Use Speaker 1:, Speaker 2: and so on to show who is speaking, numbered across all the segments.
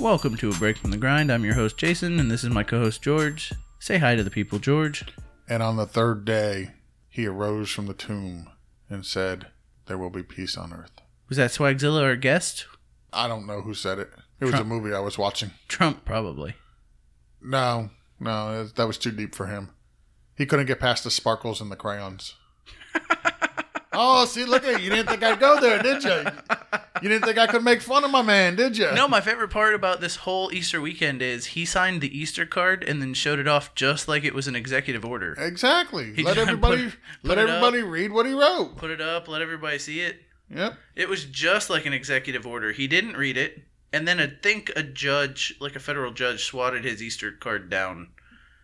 Speaker 1: Welcome to A Break from the Grind. I'm your host, Jason, and this is my co host, George. Say hi to the people, George.
Speaker 2: And on the third day, he arose from the tomb and said, There will be peace on earth.
Speaker 1: Was that Swagzilla our guest?
Speaker 2: I don't know who said it. It was
Speaker 1: Trump.
Speaker 2: a movie I was watching.
Speaker 1: Trump, probably.
Speaker 2: No, no, that was too deep for him. He couldn't get past the sparkles and the crayons. oh, see, look at you. You didn't think I'd go there, did you? You didn't think I could make fun of my man, did you?
Speaker 1: No, my favorite part about this whole Easter weekend is he signed the Easter card and then showed it off just like it was an executive order.
Speaker 2: Exactly.
Speaker 1: He
Speaker 2: let
Speaker 1: just
Speaker 2: everybody
Speaker 1: put-
Speaker 2: let,
Speaker 1: put it up.
Speaker 2: everybody read what he wrote.
Speaker 1: Put it up, let everybody see it.
Speaker 2: Yep.
Speaker 1: It was just like an executive order. He didn't read it, and then I think a judge, like a federal judge, swatted his Easter card down,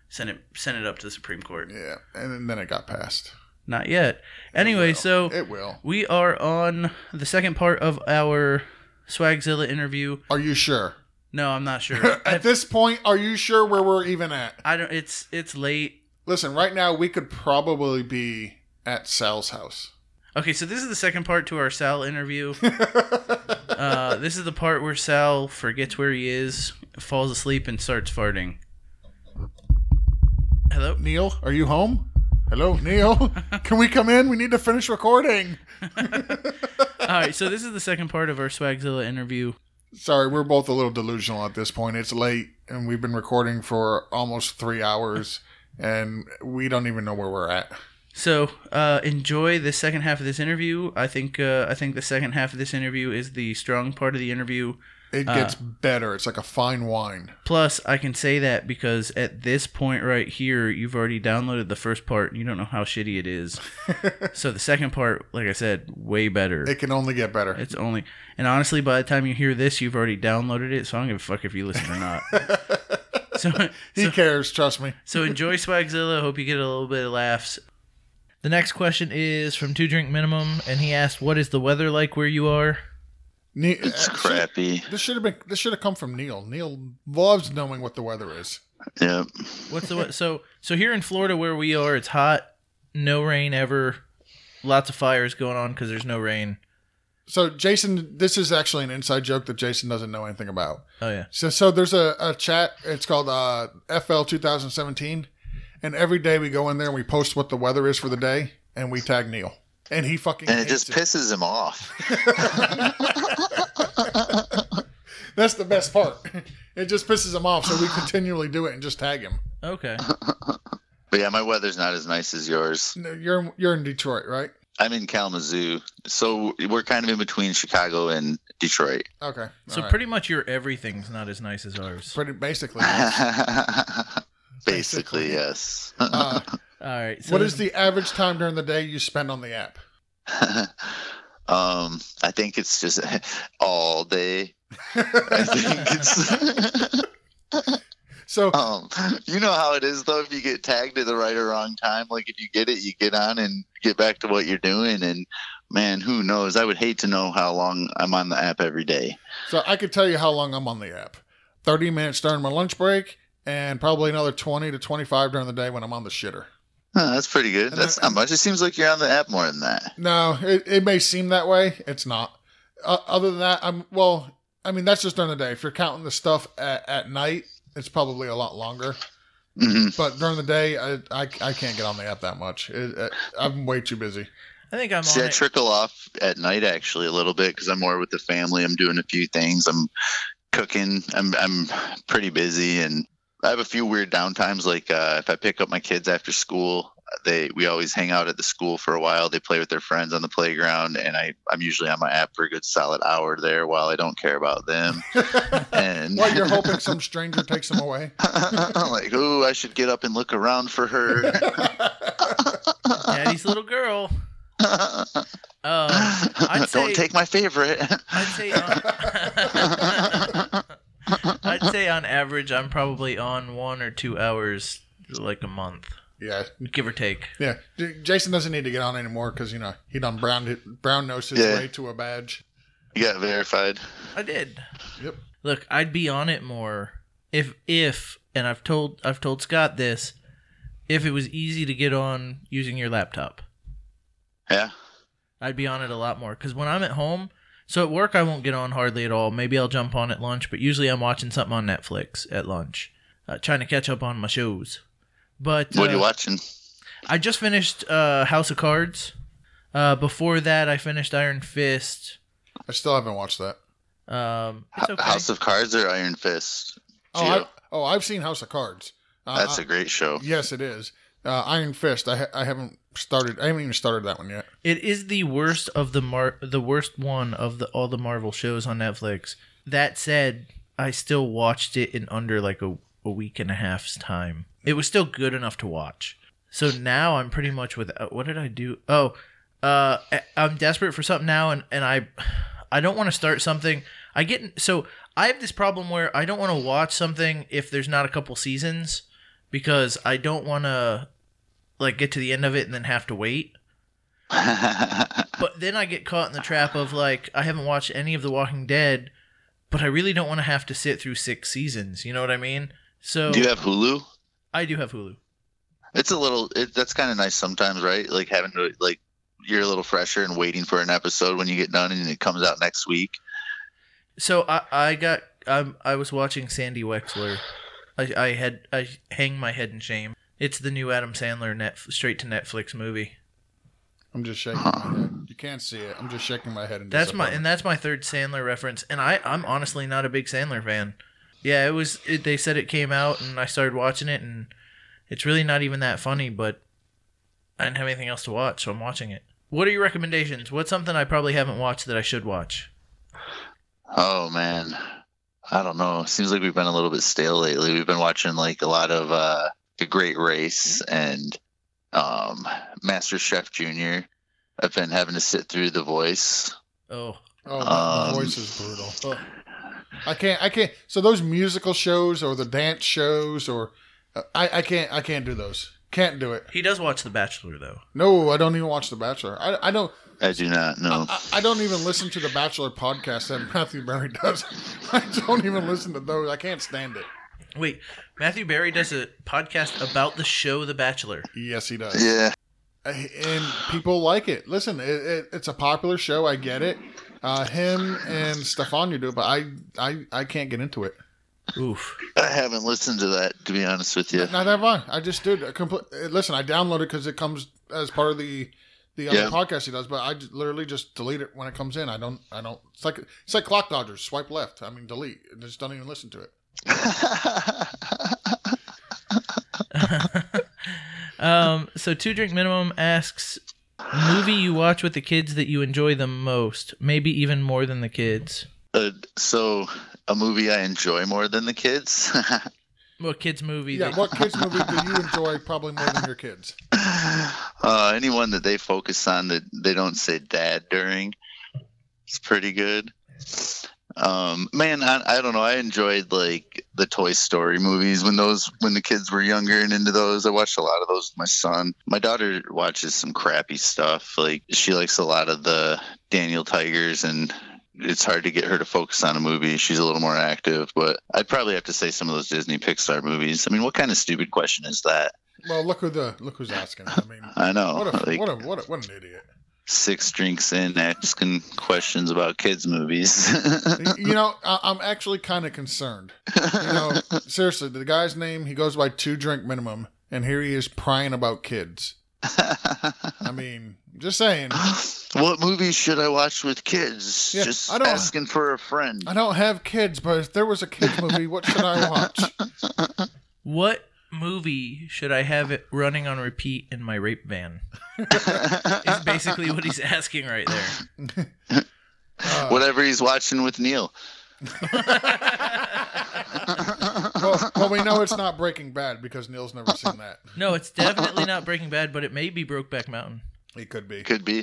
Speaker 1: sent it sent it up to the Supreme Court.
Speaker 2: Yeah. And then it got passed.
Speaker 1: Not yet. Anyway,
Speaker 2: It will.
Speaker 1: so
Speaker 2: it will.
Speaker 1: we are on the second part of our Swagzilla interview.
Speaker 2: Are you sure?
Speaker 1: No, I'm not sure.
Speaker 2: at this point, are you sure where we're even at?
Speaker 1: I don't. It's it's late.
Speaker 2: Listen, right now we could probably be at Sal's house.
Speaker 1: Okay, so this is the second part to our Sal interview. uh, this is the part where Sal forgets where he is, falls asleep, and starts farting. Hello.
Speaker 2: Neil, are you home? Hello, Neil. Can we come in? We need to finish recording.
Speaker 1: All right, so this is the second part of our Swagzilla interview.
Speaker 2: Sorry, we're both a little delusional at this point. It's late and we've been recording for almost three hours and we don't even know where we're at.
Speaker 1: So uh, enjoy the second half of this interview. I think uh, I think the second half of this interview is the strong part of the interview.
Speaker 2: It gets better. It's like a fine wine.
Speaker 1: Plus, I can say that because at this point right here, you've already downloaded the first part and you don't know how shitty it is. so the second part, like I said, way better.
Speaker 2: It can only get better.
Speaker 1: It's only and honestly, by the time you hear this, you've already downloaded it. So I don't give a fuck if you listen or not. so
Speaker 2: He cares, trust me.
Speaker 1: so enjoy Swagzilla. Hope you get a little bit of laughs.
Speaker 3: The next question is from Two Drink Minimum, and he asked, "What is the weather like where you are?"
Speaker 2: Ne-
Speaker 4: It's
Speaker 2: uh,
Speaker 4: crappy.
Speaker 2: This should have been. This should have come from Neil. Neil loves knowing what the weather is.
Speaker 4: Yep.
Speaker 3: What's the we- so so here in Florida where we are? It's hot, no rain ever, lots of fires going on because there's no rain.
Speaker 2: So Jason, this is actually an inside joke that Jason doesn't know anything about.
Speaker 3: Oh yeah,
Speaker 2: So, so there's a, a chat. It's called uh, FL 2017, and every day we go in there and we post what the weather is for the day, and we tag Neil, and he fucking.
Speaker 4: And it
Speaker 2: hates
Speaker 4: just pisses him off.
Speaker 2: That's the best part. it just pisses him off, so we continually do it and just tag him.
Speaker 3: okay.
Speaker 4: But yeah, my weather's not as nice as yours.
Speaker 2: No, You're you're in Detroit, right?
Speaker 4: I'm in Kalamazoo, so we're kind of in between Chicago and Detroit.
Speaker 2: Okay.
Speaker 3: So
Speaker 2: all right.
Speaker 3: pretty much your everything's not as nice as ours.
Speaker 2: pretty basically. Basically.
Speaker 4: Basically, yes.
Speaker 2: Uh,
Speaker 3: All right. So
Speaker 2: what is the average time during the day you spend on the app?
Speaker 4: um, I think it's just all day. I think it's.
Speaker 2: So
Speaker 4: um, you know how it is though. If you get tagged at the right or wrong time, like if you get it, you get on and get back to what you're doing. And man, who knows? I would hate to know how long I'm on the app every day.
Speaker 2: So I could tell you how long I'm on the app. 30 minutes during my lunch break and probably another 20 to 25 during the day when I'm on the shitter.
Speaker 4: Huh, that's pretty good.
Speaker 2: And
Speaker 4: That's
Speaker 2: then-
Speaker 4: not much. It seems like you're on the app more than that.
Speaker 2: No, it, it may seem that way. It's not. Uh, other than that, I'm, well, I mean, that's just during the day. If you're counting the stuff at, at night, it's probably a lot longer.
Speaker 4: hmm
Speaker 2: But during the day, I, I, I can't get on the app that much. It, uh I'm way too busy.
Speaker 3: I think I'm
Speaker 4: See,
Speaker 3: on
Speaker 4: I
Speaker 3: it.
Speaker 4: trickle off at night actually a little bit because I'm more with the family. I'm doing a few things. I'm cooking. I'm I'm pretty busy, and I have a few weird downtimes. Like uh, if I pick up my kids after school, they we always hang out at the school for a while. They play with their friends on the playground, and I I'm usually on my app for a good solid hour there while I don't care about them. and
Speaker 2: Well, you're hoping some stranger takes them away.
Speaker 4: I'm like, oh, I should get up and look around for her.
Speaker 3: Daddy's little girl. Uh, I'd say-
Speaker 4: Don't take my favorite.
Speaker 3: I'd say on, I'd say on average I'm probably on one or two hours like a month,
Speaker 2: Yeah.
Speaker 3: give or take.
Speaker 2: Yeah. J- Jason doesn't need to get on anymore because, you know, he done brown, it- brown nosed his
Speaker 4: Yeah.
Speaker 2: way to a badge.
Speaker 4: you got verified.
Speaker 3: I did.
Speaker 2: Yep.
Speaker 3: Look, I'd be on it more if if and I've told I've told Scott this if it was easy to get on using your laptop.
Speaker 4: Yeah.
Speaker 3: I'd be on it a lot more cuz when I'm at home, So at work, I won't get on hardly at all. Maybe I'll jump on at lunch, but usually I'm watching something on Netflix at lunch, uh, trying to catch up on my shows. But
Speaker 4: What are
Speaker 3: uh,
Speaker 4: you watching?
Speaker 3: I just finished uh, House of Cards. Uh, before that, I finished Iron Fist.
Speaker 2: I still haven't watched that.
Speaker 3: Um, it's
Speaker 4: H-
Speaker 3: okay.
Speaker 4: House of Cards or Iron Fist?
Speaker 2: Oh,
Speaker 4: Gio,
Speaker 2: I, oh, I've seen House of Cards. Uh,
Speaker 4: that's a great show.
Speaker 2: yes, it is. Uh, Iron Fist. I ha- I haven't started. I haven't even started that one yet.
Speaker 3: It is the worst of the mar- the worst one of the all the Marvel shows on Netflix. That said, I still watched it in under like a, a week and a half's time. It was still good enough to watch. So now I'm pretty much with uh, what did I do? Oh, uh I- I'm desperate for something now and and I I don't want to start something. I get so I have this problem where I don't want to watch something if there's not a couple seasons because I don't want to like get to the end of it and then have to wait. But then I get caught in the trap of like I haven't watched any of The Walking Dead, but I really don't want to have to sit through six seasons. You know what I mean? So
Speaker 4: Do you have Hulu?
Speaker 3: I do have Hulu.
Speaker 4: It's a little. It, that's kind of nice sometimes, right? Like having to like you're a little fresher and waiting for an episode when you get done and it comes out next week.
Speaker 3: So I I got I'm I was watching Sandy Wexler. I I had I hang my head in shame. It's the new Adam Sandler net straight to Netflix movie.
Speaker 2: I'm just shaking my head. You can't see it. I'm just shaking my head. In
Speaker 3: That's my and
Speaker 2: disappointment.
Speaker 3: that's my third Sandler reference. And I I'm honestly not a big Sandler fan. Yeah, it was. It, they said it came out, and I started watching it, and it's really not even that funny. But I didn't have anything else to watch, so I'm watching it. What are your recommendations? What's something I probably haven't watched that I should watch?
Speaker 4: Oh man, I don't know. Seems like we've been a little bit stale lately. We've been watching like a lot of uh, The Great Race and um, Master Chef Junior. I've been having to sit through The Voice.
Speaker 3: Oh,
Speaker 2: Oh, my- my
Speaker 4: um,
Speaker 2: voice is brutal. I can't. I can't. So those musical shows or the dance shows or uh, I I can't I can't do those. Can't do it.
Speaker 3: he does watch The Bachelor though.
Speaker 2: No, I don't even watch The Bachelor. I I don't.
Speaker 4: I do not know.
Speaker 2: I, I don't even listen to the Bachelor podcast that Matthew Berry does. I don't even listen to those. I can't stand it.
Speaker 3: Wait, Matthew Barry does a podcast about the show The Bachelor.
Speaker 2: Yes, he does.
Speaker 4: Yeah,
Speaker 2: Uh, And people like it. Listen, it, it, it's a popular show. I get it. Uh, him and Stefania do it, but I, I, I can't get into it.
Speaker 3: Oof.
Speaker 4: I haven't listened to that to be honest with you.
Speaker 2: Not that fun. I just did. A compl- uh, listen, I downloaded because it comes as part of the the other
Speaker 4: Yeah.
Speaker 2: podcast he does, but I j- literally just delete it when it comes in. I don't. I don't. It's like it's like clock dodgers. Swipe left. I mean, delete. I just don't even listen to it.
Speaker 3: um, so two drink minimum asks movie you watch with the kids that you enjoy the most, maybe even more than the kids.
Speaker 4: Uh, so, a movie I enjoy more than the kids.
Speaker 3: Well, kids movie.
Speaker 2: Yeah.
Speaker 3: that,
Speaker 2: What kids movie do you enjoy probably more than your kids?
Speaker 4: uh, anyone that they focus on that they don't say dad during it's pretty good um, man I, I don't know i enjoyed like the toy story movies when those when the kids were younger and into those i watched a lot of those with my son my daughter watches some crappy stuff like she likes a lot of the daniel tigers and it's hard to get her to focus on a movie she's a little more active but i'd probably have to say some of those disney pixar movies i mean what kind of stupid question is that
Speaker 2: Well, look who the look who's asking. I mean,
Speaker 4: i know
Speaker 2: what a
Speaker 4: like-
Speaker 2: what a what, a, what an idiot.
Speaker 4: six drinks in asking questions about kids movies.
Speaker 2: you know, I, I'm actually kind of concerned. You know, seriously, the guy's name he goes by two drink minimum, and here he is prying about kids. I mean, just saying.
Speaker 4: what movies should I watch with kids?
Speaker 2: Yeah,
Speaker 4: Just
Speaker 2: I don't-
Speaker 4: asking for a friend.
Speaker 2: I don't have kids, but if there was a kids movie, what should I watch?
Speaker 3: what movie should I have it running on repeat in my rape van? Is basically what he's asking right there.
Speaker 2: Uh,
Speaker 4: Whatever he's watching with Neil.
Speaker 2: well, well, we know it's not Breaking Bad because Neil's never seen that.
Speaker 3: No, it's definitely not Breaking Bad, but it may be Brokeback Mountain.
Speaker 2: He could be.
Speaker 4: Could be.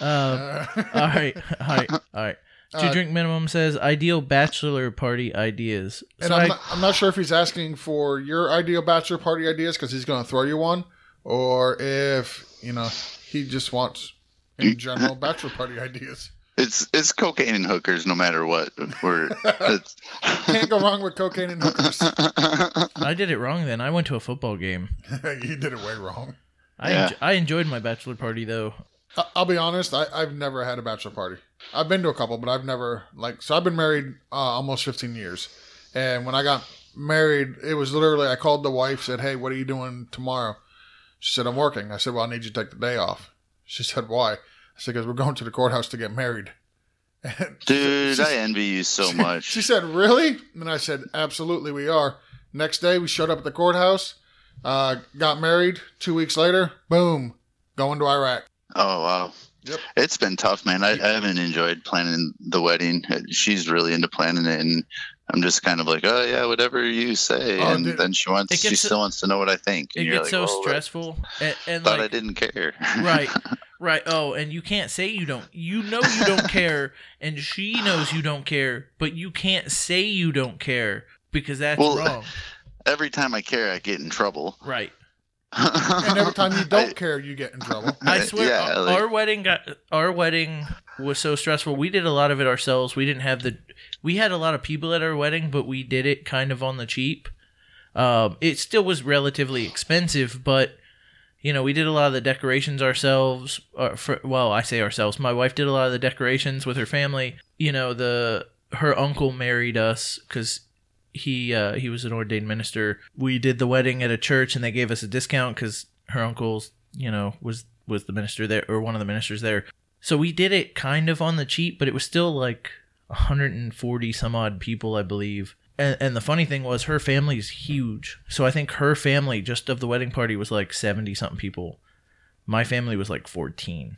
Speaker 3: Um,
Speaker 2: Uh,
Speaker 3: all right, all right, all right. Two
Speaker 2: Uh,
Speaker 3: drink minimum says ideal bachelor party ideas.
Speaker 2: and
Speaker 3: So I-
Speaker 2: I'm not, I'm not sure if he's asking for your ideal bachelor party ideas because he's going to throw you one, or if you know he just wants in general bachelor party ideas.
Speaker 4: It's it's cocaine and hookers no matter what. We're it's,
Speaker 2: Can't go wrong with cocaine and hookers.
Speaker 3: I did it wrong then. I went to a football game.
Speaker 2: you did it way wrong.
Speaker 3: I,
Speaker 4: Yeah.
Speaker 3: enj- I enjoyed my bachelor party though.
Speaker 2: I- I'll be honest. I, I've never had a bachelor party. I've been to a couple, but I've never like. So I've been married uh, almost 15 years, and when I got married, it was literally I called the wife, said, "Hey, what are you doing tomorrow?" She said, "I'm working." I said, "Well, I need you to take the day off." She said, "Why?" I said, "Because we're going to the courthouse to get married." And
Speaker 4: Dude,
Speaker 2: she-
Speaker 4: I envy you so
Speaker 2: she-
Speaker 4: much.
Speaker 2: She said, "Really?" And I said, "Absolutely, we are." Next day, we showed up at the courthouse, uh, got married. Two weeks later, boom, going to Iraq.
Speaker 4: Oh wow.
Speaker 2: Yep.
Speaker 4: It's been tough, man. I, I haven't enjoyed planning the wedding. Uh, She's really into planning it, and I'm just kind of like, oh yeah, whatever you say.
Speaker 2: Oh,
Speaker 4: and
Speaker 2: dude.
Speaker 4: then she wants,
Speaker 3: It
Speaker 4: she
Speaker 3: gets so-
Speaker 4: still wants to know what I think.
Speaker 3: It
Speaker 4: And you're
Speaker 3: gets so
Speaker 4: like, "Oh, "Well,
Speaker 3: stressful, and,
Speaker 4: I
Speaker 3: and
Speaker 4: thought
Speaker 3: like
Speaker 4: I didn't care.
Speaker 3: right right oh and you can't say you don't you know you don't care and she knows you don't care but you can't say you don't care because that's
Speaker 4: Well,
Speaker 3: wrong
Speaker 4: every time I care, I get in trouble.
Speaker 3: right
Speaker 2: And every time you don't uh, care, you get in trouble.
Speaker 3: i swear
Speaker 4: yeah,
Speaker 3: our,
Speaker 4: like-
Speaker 3: our wedding got our wedding was so stressful we did a lot of it ourselves we didn't have the we had a lot of people at our wedding but we did it kind of on the cheap um, it still was relatively expensive but you know we did a lot of the decorations ourselves or for, well i say ourselves my wife did a lot of the decorations with her family you know the her uncle married us because he uh, he was an ordained minister we did the wedding at a church and they gave us a discount because her uncle's you know was was the minister there or one of the ministers there so we did it kind of on the cheap but it was still like 140 some odd people i believe and, and the funny thing was her family's huge so i think her family just of the wedding party was like 70 something people my family was like 14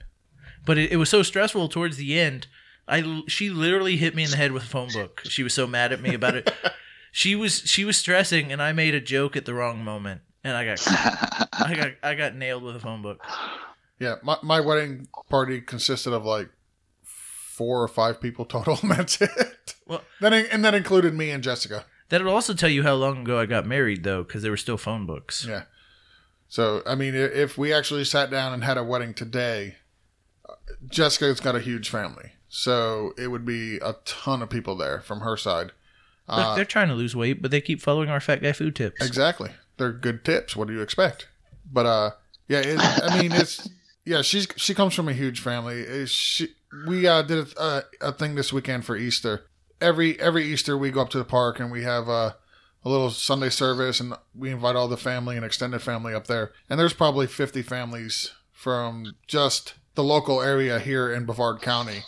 Speaker 3: but it, it was so stressful towards the end i l- she literally hit me in the head with a phone book she was so mad at me about it she was she was stressing and i made a joke at the wrong moment and i got i got i got nailed with a phone book
Speaker 2: Yeah, my, my wedding party consisted of like four or five people total, and that's it.
Speaker 3: Well-
Speaker 2: that in, and that included me and Jessica.
Speaker 3: that'll also tell you how long ago i got married though because there were still phone books
Speaker 2: Yeah. So I mean, i- if we actually sat down and had a wedding today, uh, Jessica's got a huge family, so it would be a ton of people there from her side.
Speaker 3: Look,
Speaker 2: Uh,
Speaker 3: they're trying to lose weight, but they keep following our fat guy food tips.
Speaker 2: Exactly. They're good tips. What do you expect? But uh yeah, it, I mean it's yeah, she's she comes from a huge family. Uh, She we uh did a, a, a thing this weekend for Easter. Every every Easter we go up to the park and we have uh a little Sunday service and we invite all the family and extended family up there. And there's probably 50 families from just the local area here in Brevard County.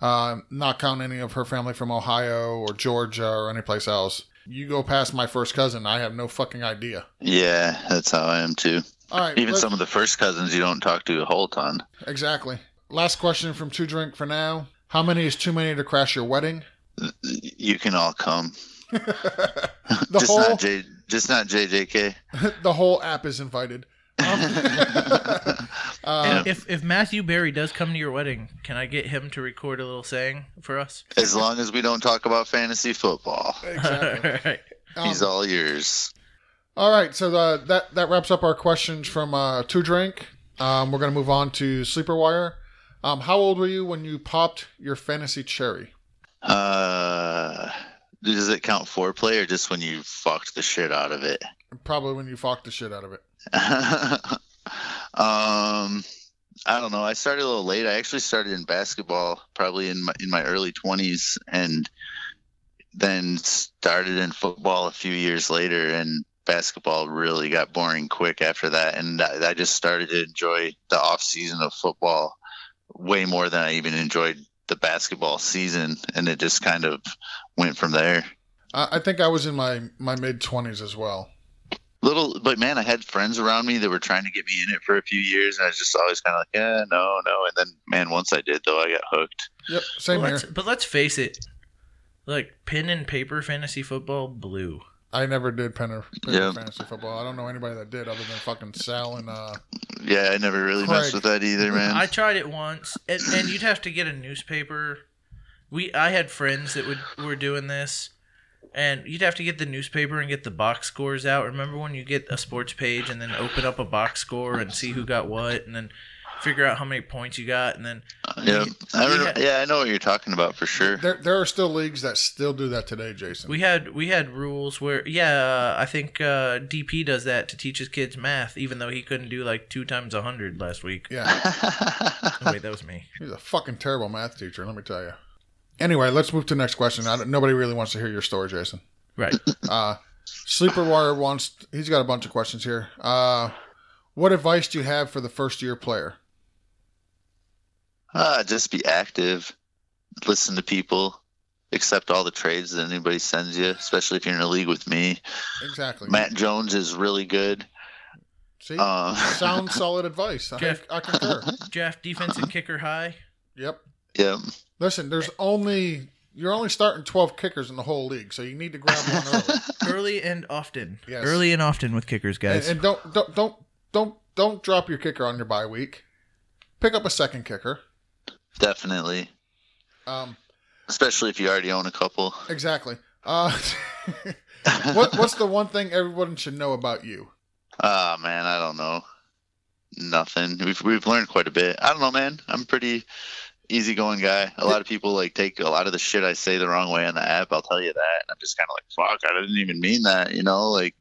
Speaker 2: Uh, not counting any of her family from Ohio or Georgia or anyplace else. You go past my first cousin, I have no fucking idea.
Speaker 4: yeah, that's how I am too.
Speaker 2: All right,
Speaker 4: Even
Speaker 2: let's-
Speaker 4: some of the first cousins you don't talk to a whole ton.
Speaker 2: exactly. Last question from Two Drink for now. How many is too many to crash your wedding?
Speaker 4: You can all come.
Speaker 2: the
Speaker 4: just
Speaker 2: whole
Speaker 4: not J. Just not JJK.
Speaker 2: the whole app is invited. Um, uh,
Speaker 3: And if if Matthew Barry does come to your wedding, can I get him to record a little saying for us?
Speaker 4: As long as we don't talk about fantasy football,
Speaker 2: Exactly.
Speaker 3: All right.
Speaker 2: Um,
Speaker 4: he's all yours.
Speaker 2: All right, so uh that that wraps up our questions from uh, Two Drink. Um, we're gonna move on to Sleeper Wire. Um, how old were you when you popped your fantasy cherry?
Speaker 4: Uh, does it count foreplay or just when you fucked the shit out of it?
Speaker 2: Probably when you fucked the shit out of it.
Speaker 4: um, I don't know. I started a little late. I actually started in basketball probably in my in my early twenties, and then started in football a few years later. And basketball really got boring quick after that, and I, I just started to enjoy the off season of football way more than I even enjoyed the basketball season, and it just kind of went from there.
Speaker 2: I, I think I was in my my mid twenties as well.
Speaker 4: little but man i had friends around me that were trying to get me in it for a few years and i was just always kind of like yeah no no and then man once i did though i got hooked
Speaker 2: Yep, same
Speaker 3: Well, let's,
Speaker 2: here.
Speaker 3: but let's face it, like pen and paper fantasy football, blue.
Speaker 2: I never did pen or paper
Speaker 4: Yeah.
Speaker 2: fantasy football. I don't know anybody that did other than fucking Sal and uh.
Speaker 4: yeah i never really
Speaker 2: Craig.
Speaker 4: messed with that either man
Speaker 3: I tried it once, and, and you'd have to get a newspaper. We I had friends that would were doing this, and you'd have to get the newspaper and get the box scores out. Remember when you get a sports page and then open up a box score and see who got what, and then figure out how many points you got, and then
Speaker 4: Yeah, I
Speaker 3: we
Speaker 4: rem-
Speaker 3: had-
Speaker 4: yeah, I know what you're talking about for sure.
Speaker 2: There, there are still leagues that still do that today, Jason.
Speaker 3: we had we had rules where yeah, I think uh, DP does that to teach his kids math, even though he couldn't do like two times a hundred last week.
Speaker 2: yeah,
Speaker 3: Oh, wait, that was me.
Speaker 2: he's a fucking terrible math teacher. Let me tell you. Anyway, let's move to the next question. I don't, nobody really wants to hear your story, Jason.
Speaker 3: Right.
Speaker 2: Uh, Sleeper Wire wants. He's got a bunch of questions here. Uh, what advice do you have for the first year player?
Speaker 4: uh, just be active, listen to people, accept all the trades that anybody sends you, especially if you're in a league with me.
Speaker 2: Exactly.
Speaker 4: Matt Jones is really good.
Speaker 2: See,
Speaker 4: Um,
Speaker 2: sound solid advice. I,
Speaker 3: Jeff.
Speaker 2: I concur.
Speaker 3: Draft defense and kicker high.
Speaker 2: Yep.
Speaker 4: yeah,
Speaker 2: Listen, there's only you're only starting 12 kickers in the whole league, so you need to grab one early.
Speaker 3: Early and often.
Speaker 2: Yes.
Speaker 3: Early and often with kickers,
Speaker 2: and,
Speaker 3: guys.
Speaker 2: and don't don't don't don't don't drop your kicker on your bye week. Pick up a second kicker.
Speaker 4: definitely.
Speaker 2: Um,
Speaker 4: Especially if you already own a couple.
Speaker 2: exactly. Uh, what what's the one thing everyone should know about you?
Speaker 4: Ah man, I don't know. Nothing. We've we've learned quite a bit. I don't know, man. I'm a pretty easygoing guy. A lot of people like take a lot of the shit I say the wrong way on the app. I'll tell you that. And I'm just kind of like, fuck. I didn't even mean that. You know, like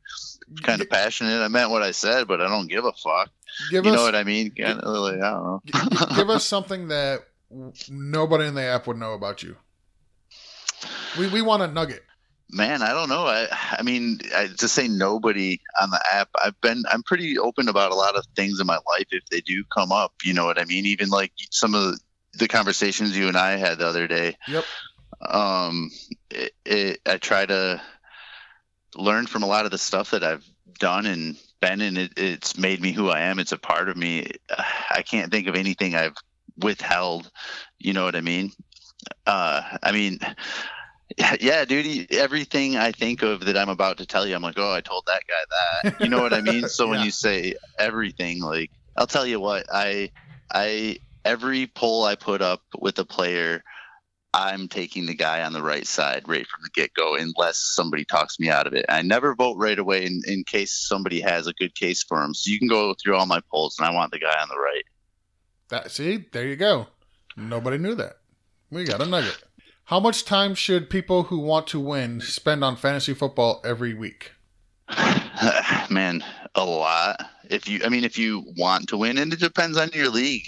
Speaker 4: kind of passionate. I meant what I said, but I don't give a fuck.
Speaker 2: Give
Speaker 4: you
Speaker 2: us
Speaker 4: know what I mean? Kind of like I don't know.
Speaker 2: g- give us something that w- nobody in the app would know about you. We we want a nugget.
Speaker 4: Man, I don't know. I I mean, I, to say nobody on the app, I've been I'm pretty open about a lot of things in my life if they do come up. You know what I mean? Even like some of the conversations you and I had the other day.
Speaker 2: Yep.
Speaker 4: Um, it, it, I try to learn from a lot of the stuff that I've done and been, and it, it's made me who I am. It's a part of me. I can't think of anything I've withheld. You know what I mean? Uh, I mean. Yeah, dude. e, Everything I think of that I'm about to tell you, I'm like, oh, I told that guy that. You know what I mean? So when
Speaker 2: Yeah.
Speaker 4: you say everything, like, I'll tell you what, I, I, every poll I put up with a player, I'm taking the guy on the right side right from the get go, unless somebody talks me out of it. I never vote right away in, in case somebody has a good case for him. So you can go through all my polls, and I want the guy on the right.
Speaker 2: That see, there you go. Nobody knew that. We got a nugget. How much time should people who want to win spend on fantasy football every week?
Speaker 4: man a lot if you i mean if you want to win and it depends on your league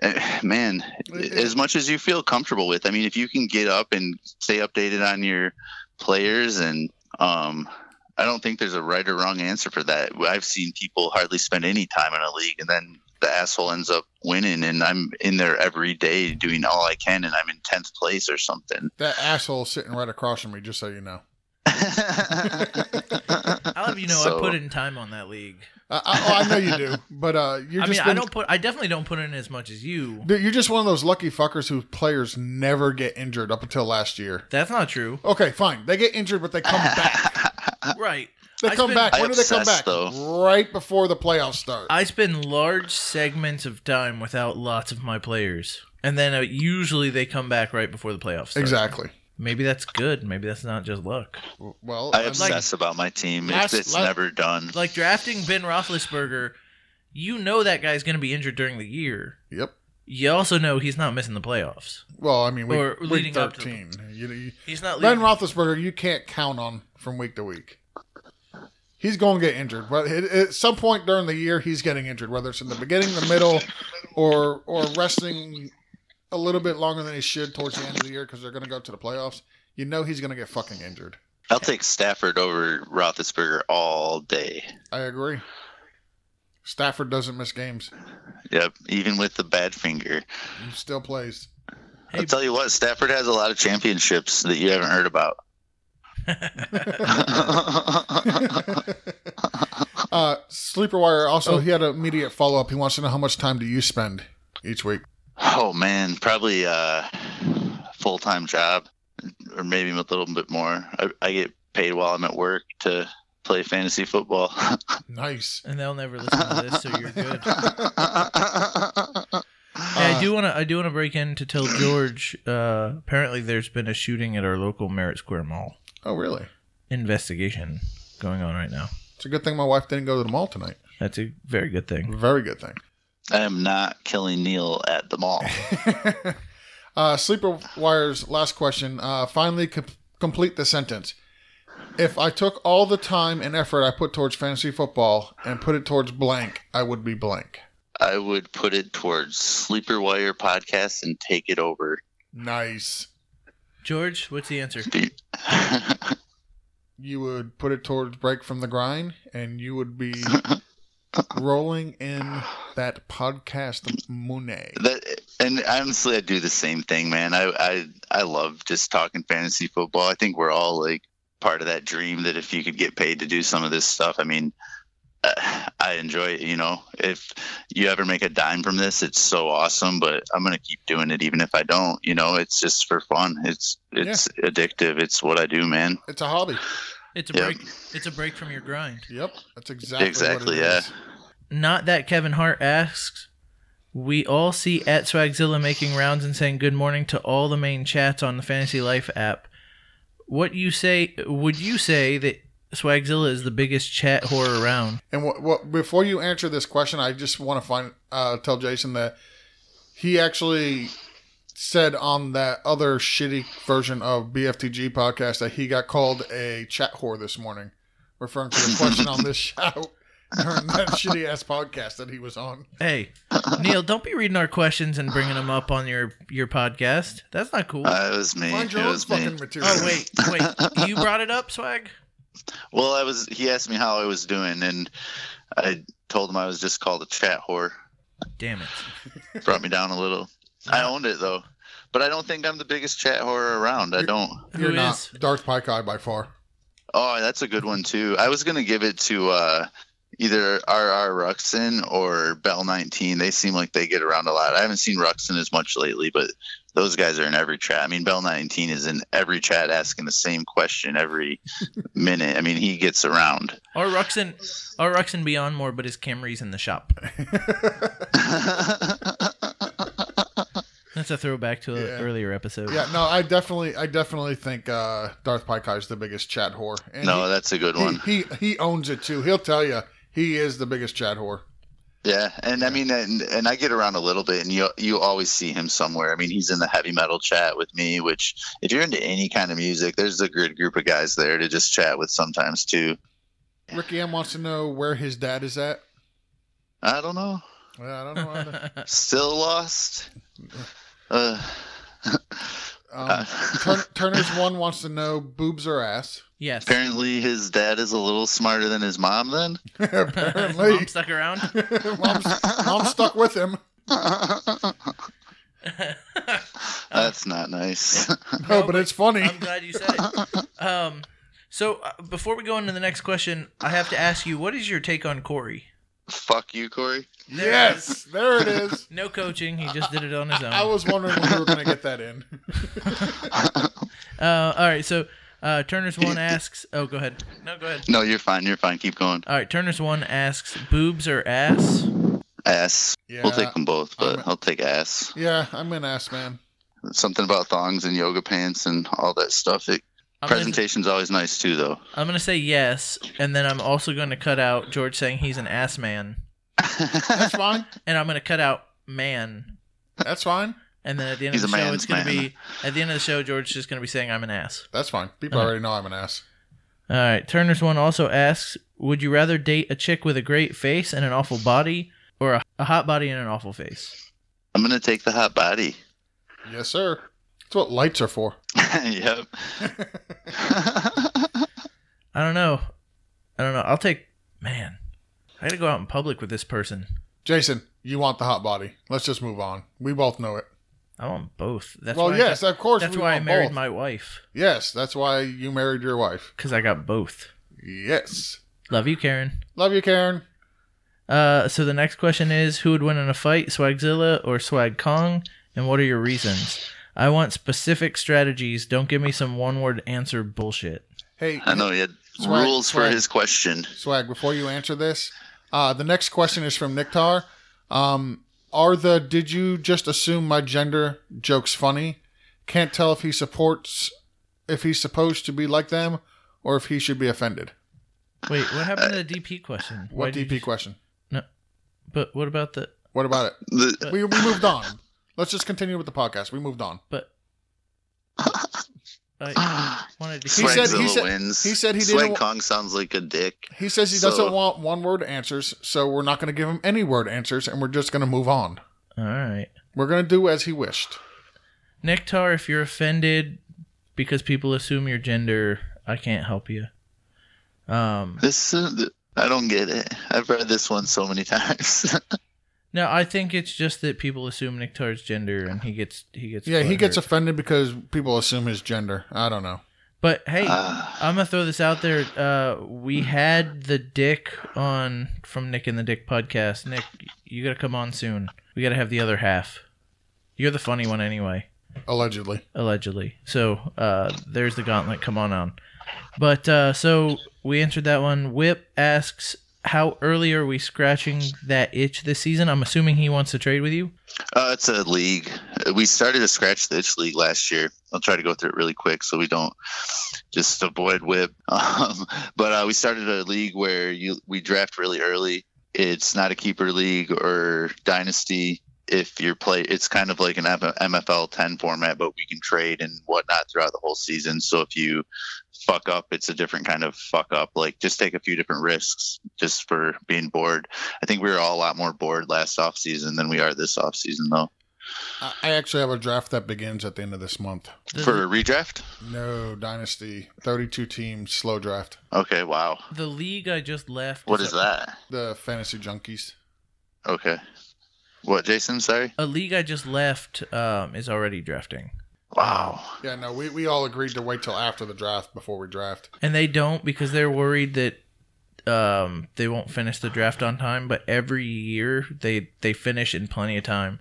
Speaker 4: Eh, man as much as you feel comfortable with i mean if you can get up and stay updated on your players and um i don't think there's a right or wrong answer for that i've seen people hardly spend any time in a league and then the asshole ends up winning and i'm in there every day doing all i can and i'm in 10th place or something
Speaker 2: That asshole sitting right across from me, just so you know.
Speaker 3: I'll have you know I
Speaker 4: So-
Speaker 3: put in time on that league.
Speaker 2: Uh, I, oh, I know you do, but uh, you're
Speaker 3: I
Speaker 2: just
Speaker 3: mean, I
Speaker 2: been-
Speaker 3: don't put. I definitely don't put in as much as you.
Speaker 2: dude, you're just one of those lucky fuckers whose players never get injured up until last year.
Speaker 3: That's not true.
Speaker 2: Okay, fine. They get injured, but they come back.
Speaker 3: Right.
Speaker 2: They
Speaker 3: I
Speaker 2: come
Speaker 3: spend-
Speaker 2: back.
Speaker 4: I
Speaker 2: When do they come
Speaker 4: obsess,
Speaker 2: back?
Speaker 4: though.
Speaker 2: Right before the playoffs start.
Speaker 3: I spend large segments of time without lots of my players, and then uh, usually they come back right before the playoffs. Start.
Speaker 2: exactly.
Speaker 3: Maybe that's good. Maybe that's not just luck.
Speaker 2: Well,
Speaker 4: I
Speaker 2: I'm-
Speaker 4: obsess about my team.
Speaker 2: Last-
Speaker 4: It's, it's
Speaker 2: last-
Speaker 4: never done.
Speaker 3: Like drafting Ben Roethlisberger, you know that guy's going to be injured during the year.
Speaker 2: yep.
Speaker 3: You also know he's not missing the playoffs.
Speaker 2: Well, I mean, week,
Speaker 3: Or
Speaker 2: week
Speaker 3: leading up to the-
Speaker 2: thirteen. You- you,
Speaker 3: He's not.
Speaker 2: Ben
Speaker 3: Leading,
Speaker 2: Roethlisberger, you can't count on from week to week. He's going to get injured, but at- at some point during the year, he's getting injured, whether it's in the beginning, the middle, or or resting a little bit longer than he should towards the end of the year because they're going to go to the playoffs. You know he's going to get fucking injured.
Speaker 4: I'll take Stafford over Roethlisberger all day.
Speaker 2: I agree. Stafford doesn't miss games.
Speaker 4: Yep, even with the bad finger.
Speaker 2: He still plays.
Speaker 3: Hey.
Speaker 4: I'll tell you what, Stafford has a lot of championships that you haven't heard about.
Speaker 2: Uh, Sleeper Wire also he had an immediate follow up. He wants to know how much time do you spend each week?
Speaker 4: oh man, probably a full time job, or maybe a little bit more. I, I get paid while I'm at work to play fantasy football.
Speaker 2: Nice.
Speaker 3: and they'll never listen to this, so you're good. Hey,
Speaker 2: Uh,
Speaker 3: I do want to. I do want to break in to tell George. Uh, apparently, there's been a shooting at our local Merritt Square Mall.
Speaker 2: Oh, really?
Speaker 3: Investigation going on right now.
Speaker 2: It's a good thing my wife didn't go to the mall tonight.
Speaker 3: That's a very good thing.
Speaker 2: Very good thing.
Speaker 4: I am not killing Neil at the mall.
Speaker 2: uh, Sleeper Wire's last question. Uh, finally, com- complete the sentence. If I took all the time and effort I put towards fantasy football and put it towards blank, I would be blank.
Speaker 4: I would put it towards Sleeper Wire podcast and take it over.
Speaker 2: Nice.
Speaker 3: George, what's the answer?
Speaker 2: You would put it towards break from the grind, and you would be rolling in that podcast money.
Speaker 4: that and honestly i do the same thing man I, I i love just talking fantasy football i think we're all like part of that dream that if you could get paid to do some of this stuff i mean uh, i enjoy it you know if you ever make a dime from this it's so awesome but i'm gonna keep doing it even if i don't you know it's just for fun it's it's addictive it's what i do man
Speaker 2: It's a hobby.
Speaker 3: It's a
Speaker 4: Yeah.
Speaker 3: break. It's a break from your grind.
Speaker 2: Yep, that's exactly
Speaker 4: Exactly,
Speaker 2: What it
Speaker 4: yeah.
Speaker 2: is.
Speaker 3: Not that Kevin Hart asks. We all see at Swagzilla making rounds and saying good morning to all the main chats on the Fantasy Life app. What you say? Would you say that Swagzilla is the biggest chat whore around?
Speaker 2: And what, what before you answer this question, I just want to find uh, tell Jason that he actually said on that other shitty version of BFTG podcast that he got called a chat whore this morning, referring to the question on this show during that shitty ass podcast that he was on.
Speaker 3: Hey, Neil, don't be reading our questions and bringing them up on your your podcast. That's not cool.
Speaker 4: uh, it was me
Speaker 2: Find
Speaker 4: it
Speaker 2: your own
Speaker 4: was me
Speaker 2: fucking material.
Speaker 3: oh wait, wait. You brought it up, Swag.
Speaker 4: well i was he asked me how i was doing and i told him i was just called a chat whore
Speaker 3: Damn it.
Speaker 4: brought me down a little. I owned it though, but I don't think I'm the biggest chat whore around. I don't.
Speaker 2: you're
Speaker 3: Who
Speaker 2: not
Speaker 3: is?
Speaker 2: Darth Pykai by far.
Speaker 4: Oh, that's a good one too. I was gonna give it to uh, either RR Ruxin or Bell 19. They seem like they get around a lot. I haven't seen Ruxin as much lately, but those guys are in every chat. I mean, Bell 19 is in every chat asking the same question every minute. I mean, he gets around.
Speaker 3: Or Ruxin, or Ruxin beyond more, but his Camry's in the shop. That's a throwback to an
Speaker 2: Yeah.
Speaker 3: earlier episode.
Speaker 2: Yeah, no, I definitely, I definitely think uh, Darth Pykai is the biggest chat whore. And
Speaker 4: no, that's a good
Speaker 2: he,
Speaker 4: one.
Speaker 2: he, he he owns it too. He'll tell you he is the biggest chat whore.
Speaker 4: Yeah, and I mean, and, and I get around a little bit, and you you always see him somewhere. I mean, he's in the heavy metal chat with me, which if you're into any kind of music, there's a good group of guys there to just chat with sometimes too.
Speaker 2: Ricky M wants to know where his dad is at.
Speaker 4: I don't know,
Speaker 2: Well, I don't know. either.
Speaker 4: still lost. Uh,
Speaker 2: Um, Tur- Turner's one wants to know boobs or ass.
Speaker 3: yes.
Speaker 4: apparently, his dad is a little smarter than his mom. Then
Speaker 3: His
Speaker 2: Apparently,
Speaker 3: mom stuck around.
Speaker 2: mom's, mom's stuck with him.
Speaker 4: that's not nice.
Speaker 2: No, but it's funny.
Speaker 3: I'm glad you said it. Um, so uh, before we go into the next question, I have to ask you, what is your take on Corey?
Speaker 4: Fuck you, Corey.
Speaker 2: Yes, there it is.
Speaker 3: No coaching. He just did it on his own.
Speaker 2: I was wondering when we were going to get that in.
Speaker 3: uh, all right. So uh, Turner's one asks. Oh, go ahead. No, go ahead.
Speaker 4: No, you're fine. You're fine. Keep going.
Speaker 3: All right. Turner's one asks, boobs or ass?
Speaker 4: Ass.
Speaker 2: Yeah,
Speaker 4: We'll take them both, but
Speaker 2: I'm-
Speaker 4: I'll take ass.
Speaker 2: yeah, I'm an ass man.
Speaker 4: something about thongs and yoga pants and all that stuff. It,
Speaker 3: I'm gonna-
Speaker 4: presentation's always nice too, though.
Speaker 3: I'm gonna say yes, and then I'm also gonna cut out George saying he's an ass man,
Speaker 2: That's fine.
Speaker 3: and I'm gonna cut out man,
Speaker 2: That's fine.
Speaker 3: and then at the end
Speaker 4: He's
Speaker 3: of the
Speaker 4: a
Speaker 3: show,
Speaker 4: man's
Speaker 3: it's gonna
Speaker 4: man.
Speaker 3: be at the end of the show, George's just gonna be saying I'm an ass.
Speaker 2: That's fine. People already know I'm an ass.
Speaker 3: All right. Turner's one also asks, would you rather date a chick with a great face and an awful body, or a, a hot body and an awful face?
Speaker 4: I'm gonna take the hot body.
Speaker 2: Yes, sir. That's what lights are for.
Speaker 4: yep.
Speaker 3: I don't know. I don't know. I'll take man. I gotta go out in public with this person.
Speaker 2: Jason, you want the hot body. Let's just move on. We both know it.
Speaker 3: I want both. That's
Speaker 2: well,
Speaker 3: why I
Speaker 2: yes,
Speaker 3: got-
Speaker 2: of course.
Speaker 3: that's
Speaker 2: we
Speaker 3: why I
Speaker 2: want
Speaker 3: married
Speaker 2: both.
Speaker 3: my wife
Speaker 2: Yes, that's why you married your wife.
Speaker 3: because I got both.
Speaker 2: Yes.
Speaker 3: Love you, Karen.
Speaker 2: Love you, Karen.
Speaker 3: Uh, so the next question is who would win in a fight, Swagzilla or Swag Kong, and what are your reasons? I want specific strategies. Don't give me some one-word answer bullshit.
Speaker 2: Hey,
Speaker 4: I know he had
Speaker 2: Swag,
Speaker 4: rules for
Speaker 2: swag.
Speaker 4: his question.
Speaker 2: Swag, before you answer this, uh, the next question is from Niktar. Um, are the did you just assume my gender jokes funny? Can't tell if he supports if he's supposed to be like them or if he should be offended.
Speaker 3: Wait, what happened to the DP question? Why
Speaker 2: What
Speaker 3: did
Speaker 2: DP
Speaker 3: you-
Speaker 2: question?
Speaker 3: But what about the?
Speaker 2: What about it?
Speaker 4: The,
Speaker 2: We, we moved on. Let's just continue with the podcast. We moved on.
Speaker 3: But I wanted to.
Speaker 2: He said-
Speaker 4: Swagzilla
Speaker 2: he said-
Speaker 4: wins.
Speaker 2: he said he
Speaker 4: Swag
Speaker 2: didn't wa-
Speaker 4: Kong sounds like a dick.
Speaker 2: He says he
Speaker 4: So-
Speaker 2: doesn't want one word answers, so we're not going to give him any word answers, and we're just going to move on.
Speaker 3: All right,
Speaker 2: We're going to do as he wished.
Speaker 3: Nectar. If you're offended because people assume your gender, I can't help you. Um.
Speaker 4: This is, I don't get it. I've read this one so many times.
Speaker 3: No, I think it's just that people assume Nectar's gender, and he gets he gets.
Speaker 2: Yeah, he gets
Speaker 3: butthurt.
Speaker 2: offended because people assume his gender. I don't know.
Speaker 3: But hey,
Speaker 4: Ah.
Speaker 3: I'm gonna throw this out there. Uh, we had the Dick on from Nick and the Dick podcast. Nick, you gotta come on soon. We gotta have the other half. You're the funny one anyway,
Speaker 2: Allegedly.
Speaker 3: allegedly. So uh, there's the gauntlet. Come on on. But uh, so we answered that one. Whip asks, "How early are we scratching that itch this season?" I'm assuming he wants to trade with you.
Speaker 4: Uh, it's a league. We started a scratch the itch league last year. I'll try to go through it really quick so we don't just avoid whip. Um, but uh, we started a league where you we draft really early. It's not a keeper league or dynasty. If you're play, it's kind of like an M- MFL 10 format, but we can trade and whatnot throughout the whole season. So if you fuck up, it's a different kind of fuck up. Like just take a few different risks just for being bored. I think we were all a lot more bored last off season than we are this off season though.
Speaker 2: I, I actually have a draft that begins at the end of this month.
Speaker 3: Does
Speaker 4: For a redraft?
Speaker 2: No, Dynasty, 32 team, slow draft.
Speaker 4: Okay, wow.
Speaker 3: The league I just left.
Speaker 4: What
Speaker 3: a-
Speaker 4: is that?
Speaker 2: The Fantasy Junkies.
Speaker 4: Okay. What, Jason? Sorry?
Speaker 3: A league I just left um, is already drafting,
Speaker 4: Wow.
Speaker 2: Yeah, no, we, we all agreed to wait till after the draft before we draft.
Speaker 3: and they don't because they're worried that um, they won't finish the draft on time. But every year they they finish in plenty of time.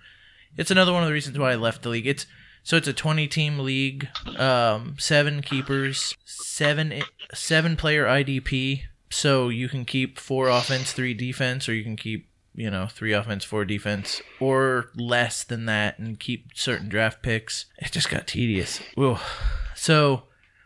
Speaker 3: It's another one of the reasons why I left the league. It's so it's a twenty team league, um, seven keepers, seven seven player IDP. So you can keep four offense, three defense, or you can keep you know three offense, four defense, or less than that, and keep certain draft picks. It just got tedious. Whoa. So,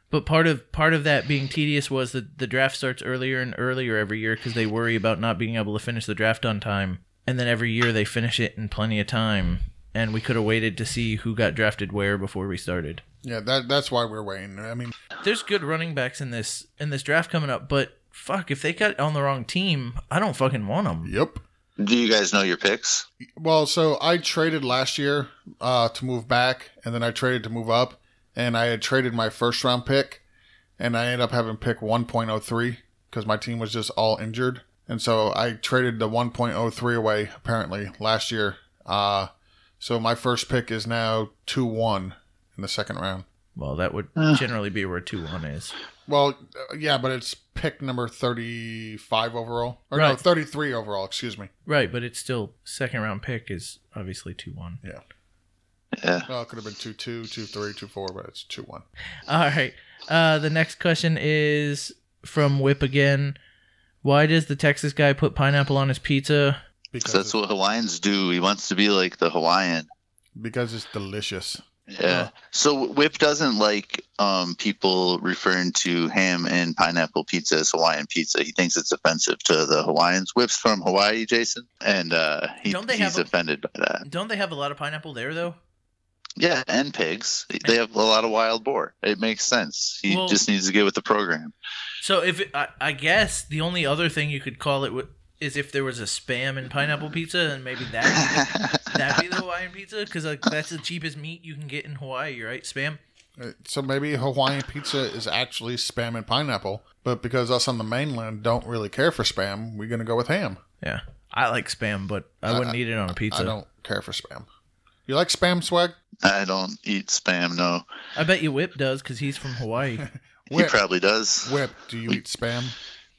Speaker 3: but part of part of that being tedious was that the draft starts earlier and earlier every year because they worry about not being able to finish the draft on time, and then every year they finish it in plenty of time. And we could have waited to see who got drafted where before we started
Speaker 2: Yeah, that that's why we're waiting. I mean,
Speaker 3: there's good running backs in this in this draft coming up, but fuck, if they got on the wrong team, I don't fucking want them.
Speaker 2: yep.
Speaker 4: Do you guys know your picks?
Speaker 2: Well, so I traded last year uh, to move back, and then I traded to move up, and I had traded my first round pick, and I ended up having pick 1.03 because my team was just all injured, and so I traded the 1.03 away apparently last year. Uh, so my first pick is now two one in the second round.
Speaker 3: Well, that would generally be where two one is.
Speaker 2: Well, uh, yeah, but it's pick number 35 overall, or no,
Speaker 3: Right.
Speaker 2: 33 overall. Excuse me.
Speaker 3: Right, but it's still second round pick is obviously two one.
Speaker 4: Yeah.
Speaker 2: Well, it could have been two two, two three, two four, but it's two one.
Speaker 3: All right. Uh, the next question is from Whip again. Why does the Texas guy put pineapple on his pizza?
Speaker 2: Because
Speaker 4: that's
Speaker 2: it's-
Speaker 4: what Hawaiians do. He wants to be like the Hawaiian.
Speaker 2: because it's delicious.
Speaker 4: Yeah. So Whip doesn't like um, people referring to ham and pineapple pizza as Hawaiian pizza. He thinks it's offensive to the Hawaiians. Whip's from Hawaii, Jason, and uh, he,
Speaker 3: Don't they
Speaker 4: he's
Speaker 3: have a-
Speaker 4: offended by that.
Speaker 3: Don't they have a lot of pineapple there though?
Speaker 4: Yeah, and pigs. They have a lot of wild boar. It makes sense. He
Speaker 3: Well-
Speaker 4: just needs to get with the program.
Speaker 3: So if it, I, I guess the only other thing you could call it w- is if there was a spam and pineapple pizza, and maybe that that be the Hawaiian pizza? Because like that's the cheapest meat you can get in Hawaii, right? Spam.
Speaker 2: Uh, So maybe Hawaiian pizza is actually spam and pineapple, but because us on the mainland don't really care for spam, we're gonna go with ham.
Speaker 3: Yeah, I like spam, but I wouldn't eat it on a pizza.
Speaker 2: I
Speaker 3: I,
Speaker 2: don't care for spam. You like spam swag?
Speaker 4: I don't eat spam. No,
Speaker 3: bet you Whip does because he's from Hawaii.
Speaker 2: Whip.
Speaker 4: he probably does.
Speaker 2: Whip, do you eat spam?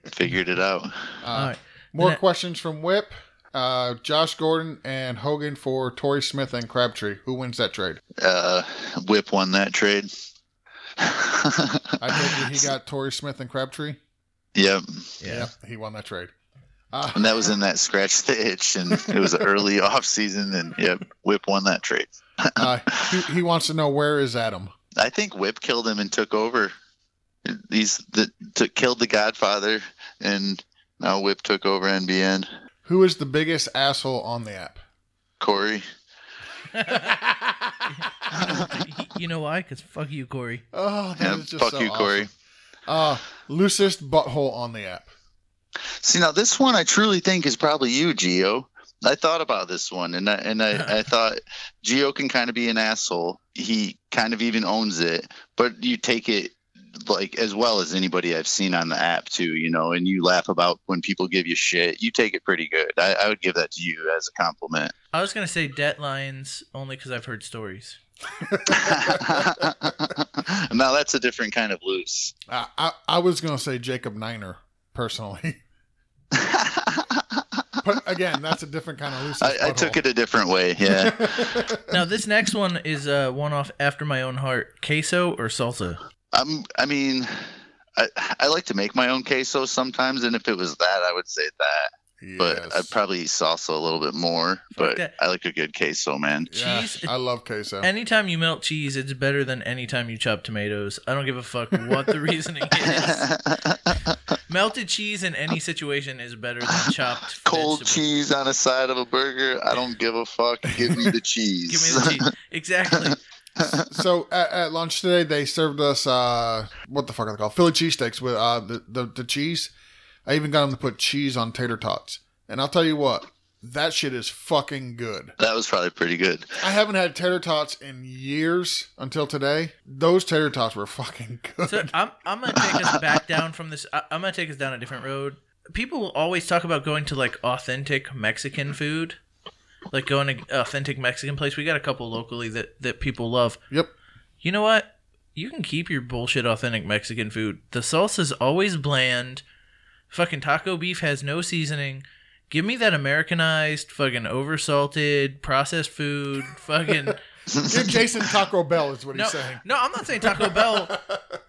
Speaker 4: Figured it out.
Speaker 2: Uh,
Speaker 3: All right.
Speaker 2: More
Speaker 3: Ne-
Speaker 2: questions from Whip, uh, Josh Gordon, and Hogan for Torrey Smith and Crabtree. Who wins that trade?
Speaker 4: Uh, Whip won that trade.
Speaker 2: I told you he got Torrey Smith and Crabtree.
Speaker 4: Yep.
Speaker 3: Yeah.
Speaker 2: he won that trade. Uh,
Speaker 4: And that was in that scratch the itch, and it was early off season, and yep, Whip won that trade.
Speaker 2: uh, he, he wants to know where is Adam.
Speaker 4: I think Whip killed him and took over. He's the, took killed the Godfather, and now Whip took over NBN.
Speaker 2: Who is the biggest asshole on the app?
Speaker 4: Corey.
Speaker 3: you know why? Because fuck you, Corey.
Speaker 2: Oh, that
Speaker 4: Yeah,
Speaker 2: is just
Speaker 4: fuck
Speaker 2: so
Speaker 4: you, Corey.
Speaker 2: awesome. Uh, loosest butthole on the app.
Speaker 4: See now, this one I truly think is probably you, Geo. I thought about this one, and I and I, I thought Geo can kind of be an asshole. He kind of even owns it, but you take it like as well as anybody I've seen on the app too, you know. And you laugh about when people give you shit. You take it pretty good. I, I would give that to you as a compliment.
Speaker 3: I was gonna say debt lines only because I've heard stories.
Speaker 4: now that's a different kind of loose.
Speaker 2: I, I, I was gonna say Jacob Niner personally, but again, that's a different kind of loosest.
Speaker 4: I, I took it a different way. Yeah.
Speaker 2: it.
Speaker 3: Now this next one is uh, one off after my own heart. Queso or salsa?
Speaker 4: I'm, I mean, I, I like to make my own queso sometimes, and if it was that, I would say that. But I'd probably eat salsa a little bit more. But
Speaker 3: that.
Speaker 4: I like a good queso, man.
Speaker 3: cheese-
Speaker 2: I love queso.
Speaker 3: Anytime you melt cheese, it's better than anytime you chop tomatoes. I don't give a fuck what the reasoning is. Melted cheese in any situation is better than chopped
Speaker 4: Cold
Speaker 3: vegetables.
Speaker 4: cheese on the side of a burger. I don't give a fuck. Give me the cheese.
Speaker 3: Give me the cheese. Exactly.
Speaker 2: so at, at lunch today, they served us uh, what the fuck are they called? Philly cheesesteaks with uh, the, the the cheese. I even got them to put cheese on tater tots, and I'll tell you what, that shit is fucking good.
Speaker 4: that was probably pretty good.
Speaker 2: I haven't had tater tots in years until today. Those tater tots were fucking good.
Speaker 3: So I'm I'm gonna take us back down from this. I, I'm gonna take us down a different road. People always talk about going to like authentic Mexican food, like going to authentic Mexican place. We got a couple locally that that people love.
Speaker 2: yep.
Speaker 3: You know what? You can keep your bullshit authentic Mexican food. The salsa's always bland. Fucking taco beef has no seasoning. Give me that Americanized, fucking oversalted, processed food. Fucking
Speaker 2: Give Jason Taco Bell is what
Speaker 3: no,
Speaker 2: he's saying.
Speaker 3: no, I'm not saying Taco Bell.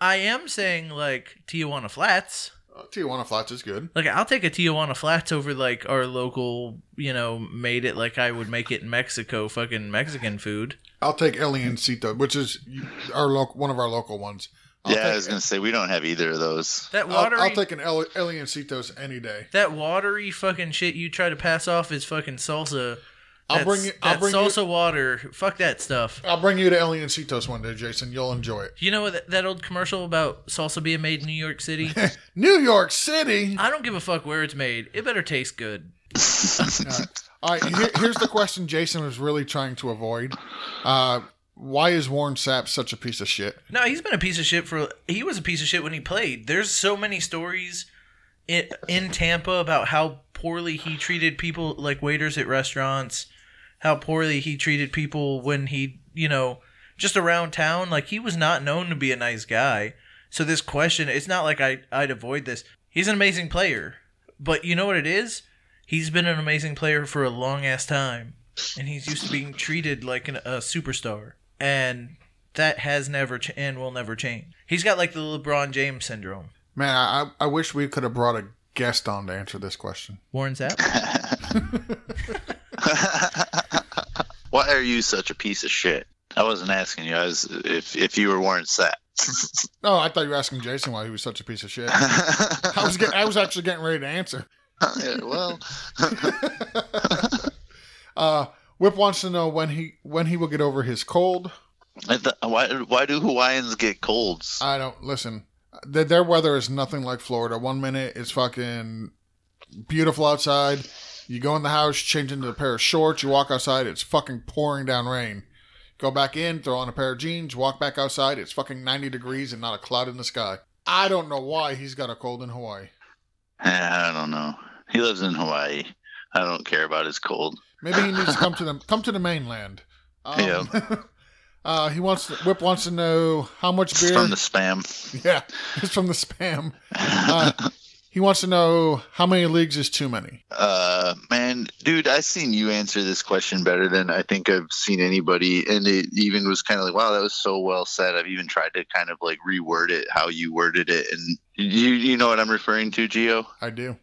Speaker 3: I am saying like Tijuana Flats.
Speaker 2: Uh, Tijuana Flats is good.
Speaker 3: Like I'll take a Tijuana Flats over like our local, you know, made it like I would make it in Mexico. Fucking Mexican food.
Speaker 2: I'll take Aliencito, which is our local, one of our local ones. I'll
Speaker 4: yeah,
Speaker 2: take,
Speaker 4: I was gonna say we don't have either of those.
Speaker 3: That
Speaker 2: I'll-
Speaker 3: watery.
Speaker 2: I'll take an El- Aliencitos any day.
Speaker 3: That watery fucking shit you try to pass off is fucking salsa.
Speaker 2: I'll
Speaker 3: That's-
Speaker 2: bring you- I'll
Speaker 3: that
Speaker 2: bring you-
Speaker 3: salsa water. Fuck that stuff.
Speaker 2: I'll bring you to El Encitos one day, Jason. You'll enjoy it.
Speaker 3: You know what, that, that old commercial about salsa being made in New York City?
Speaker 2: New York City.
Speaker 3: I don't give a fuck where it's made. It better taste good.
Speaker 2: All right, here, here's the question Jason was really trying to avoid. Uh, why is Warren Sapp such a piece of shit?
Speaker 3: No, he's been a piece of shit for. He was a piece of shit when he played. There's so many stories in, in Tampa about how poorly he treated people, like waiters at restaurants, how poorly he treated people when he, you know, just around town. Like he was not known to be a nice guy. So this question, it's not like I I'd avoid this. He's an amazing player, but you know what it is? He's been an amazing player for a long ass time, and he's used to being treated like an, a superstar. And that has never ch- and will never change. He's got like the LeBron James syndrome.
Speaker 2: Man, I, I wish we could have brought a guest on to answer this question.
Speaker 3: Warren Sapp.
Speaker 4: Why are you such a piece of shit? I wasn't asking you. I was if if you were Warren Sapp.
Speaker 2: Oh, I thought you were asking Jason why he was such a piece of shit. I was get, I was actually getting ready to answer.
Speaker 4: Yeah, well,
Speaker 2: Uh, Whip wants to know when he when he will get over his cold.
Speaker 4: I th- why why do Hawaiians get colds?
Speaker 2: I don't listen. Their, their weather is nothing like Florida. One minute it's fucking beautiful outside. You go in the house, change into a pair of shorts. You walk outside, it's fucking pouring down rain. Go back in, throw on a pair of jeans, walk back outside. It's fucking 90 degrees and not a cloud in the sky. I don't know why he's got a cold in Hawaii.
Speaker 4: Eh, I don't know. He lives in Hawaii. I don't care about his cold.
Speaker 2: Maybe he needs to come to the come to the mainland. Um,
Speaker 4: Yeah.
Speaker 2: uh, he wants to, Whip wants to know how much
Speaker 4: It's
Speaker 2: beer.
Speaker 4: from the spam.
Speaker 2: yeah, it's from the spam. Uh, he wants to know how many leagues is too many.
Speaker 4: Uh, man, dude, I've seen you answer this question better than I think I've seen anybody. And it even was kind of like, wow, that was so well said. I've even tried to kind of like reword it how you worded it. And you, you know what I'm referring to, Gio?
Speaker 2: I do.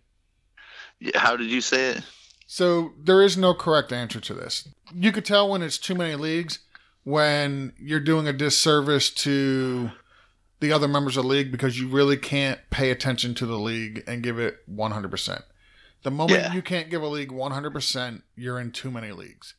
Speaker 4: How did you say it?
Speaker 2: So there is no correct answer to this. You could tell when it's too many leagues when you're doing a disservice to the other members of the league because you really can't pay attention to the league and give it 100%. The moment
Speaker 4: Yeah.
Speaker 2: you can't give a league 100%, you're in too many leagues.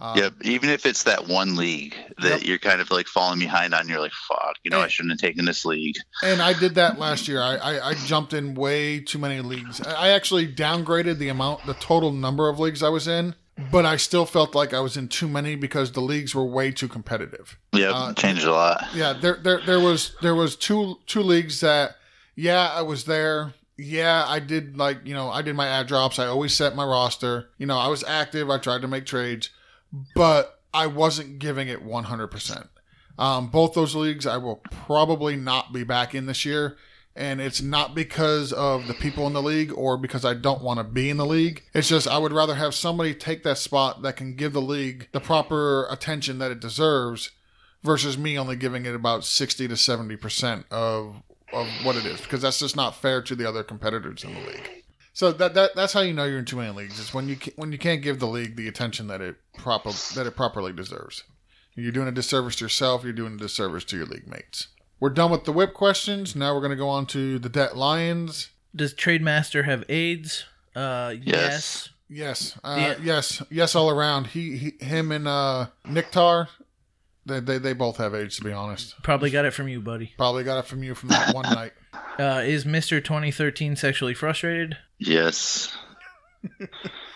Speaker 2: Um,
Speaker 4: yep. Even if it's that one league that you're kind of like falling behind on, you're like, fuck, you know, I shouldn't have taken this league.
Speaker 2: And I did that last year. I, I, I jumped in way too many leagues. I I actually downgraded the amount, the total number of leagues I was in, but I still felt like I was in too many because the leagues were way too competitive.
Speaker 4: Yep.
Speaker 2: Uh,
Speaker 4: changed a lot.
Speaker 2: Yeah, there there there was there was two two leagues that yeah, I was there. Yeah, I did like, you know, I did my ad drops. I always set my roster. You know, I was active. I tried to make trades, but I wasn't giving it 100%. Um, both those leagues I will probably not be back in this year. And it's not because of the people in the league or because I don't want to be in the league. It's just I would rather have somebody take that spot that can give the league the proper attention that it deserves versus me only giving it about 60 to 70% of of what it is because that's just not fair to the other competitors in the league. So that, that that's how you know you're in too many leagues. It's when you ca- when you can't give the league the attention that it proper that it properly deserves. You're doing a disservice to yourself. You're doing a disservice to your league mates. We're done with the whip questions. Now we're going to go on to the debt lions.
Speaker 3: Does Trademaster have AIDS? Uh, yes.
Speaker 2: Yes, uh,
Speaker 3: Yeah.
Speaker 2: yes, yes, all around. He, he him and uh, Nick Tar, they, they they both have age. To be honest,
Speaker 3: Probably got it from you, buddy.
Speaker 2: probably got it from you from that one night.
Speaker 3: Uh, is Mister 2013 sexually frustrated?
Speaker 4: Yes.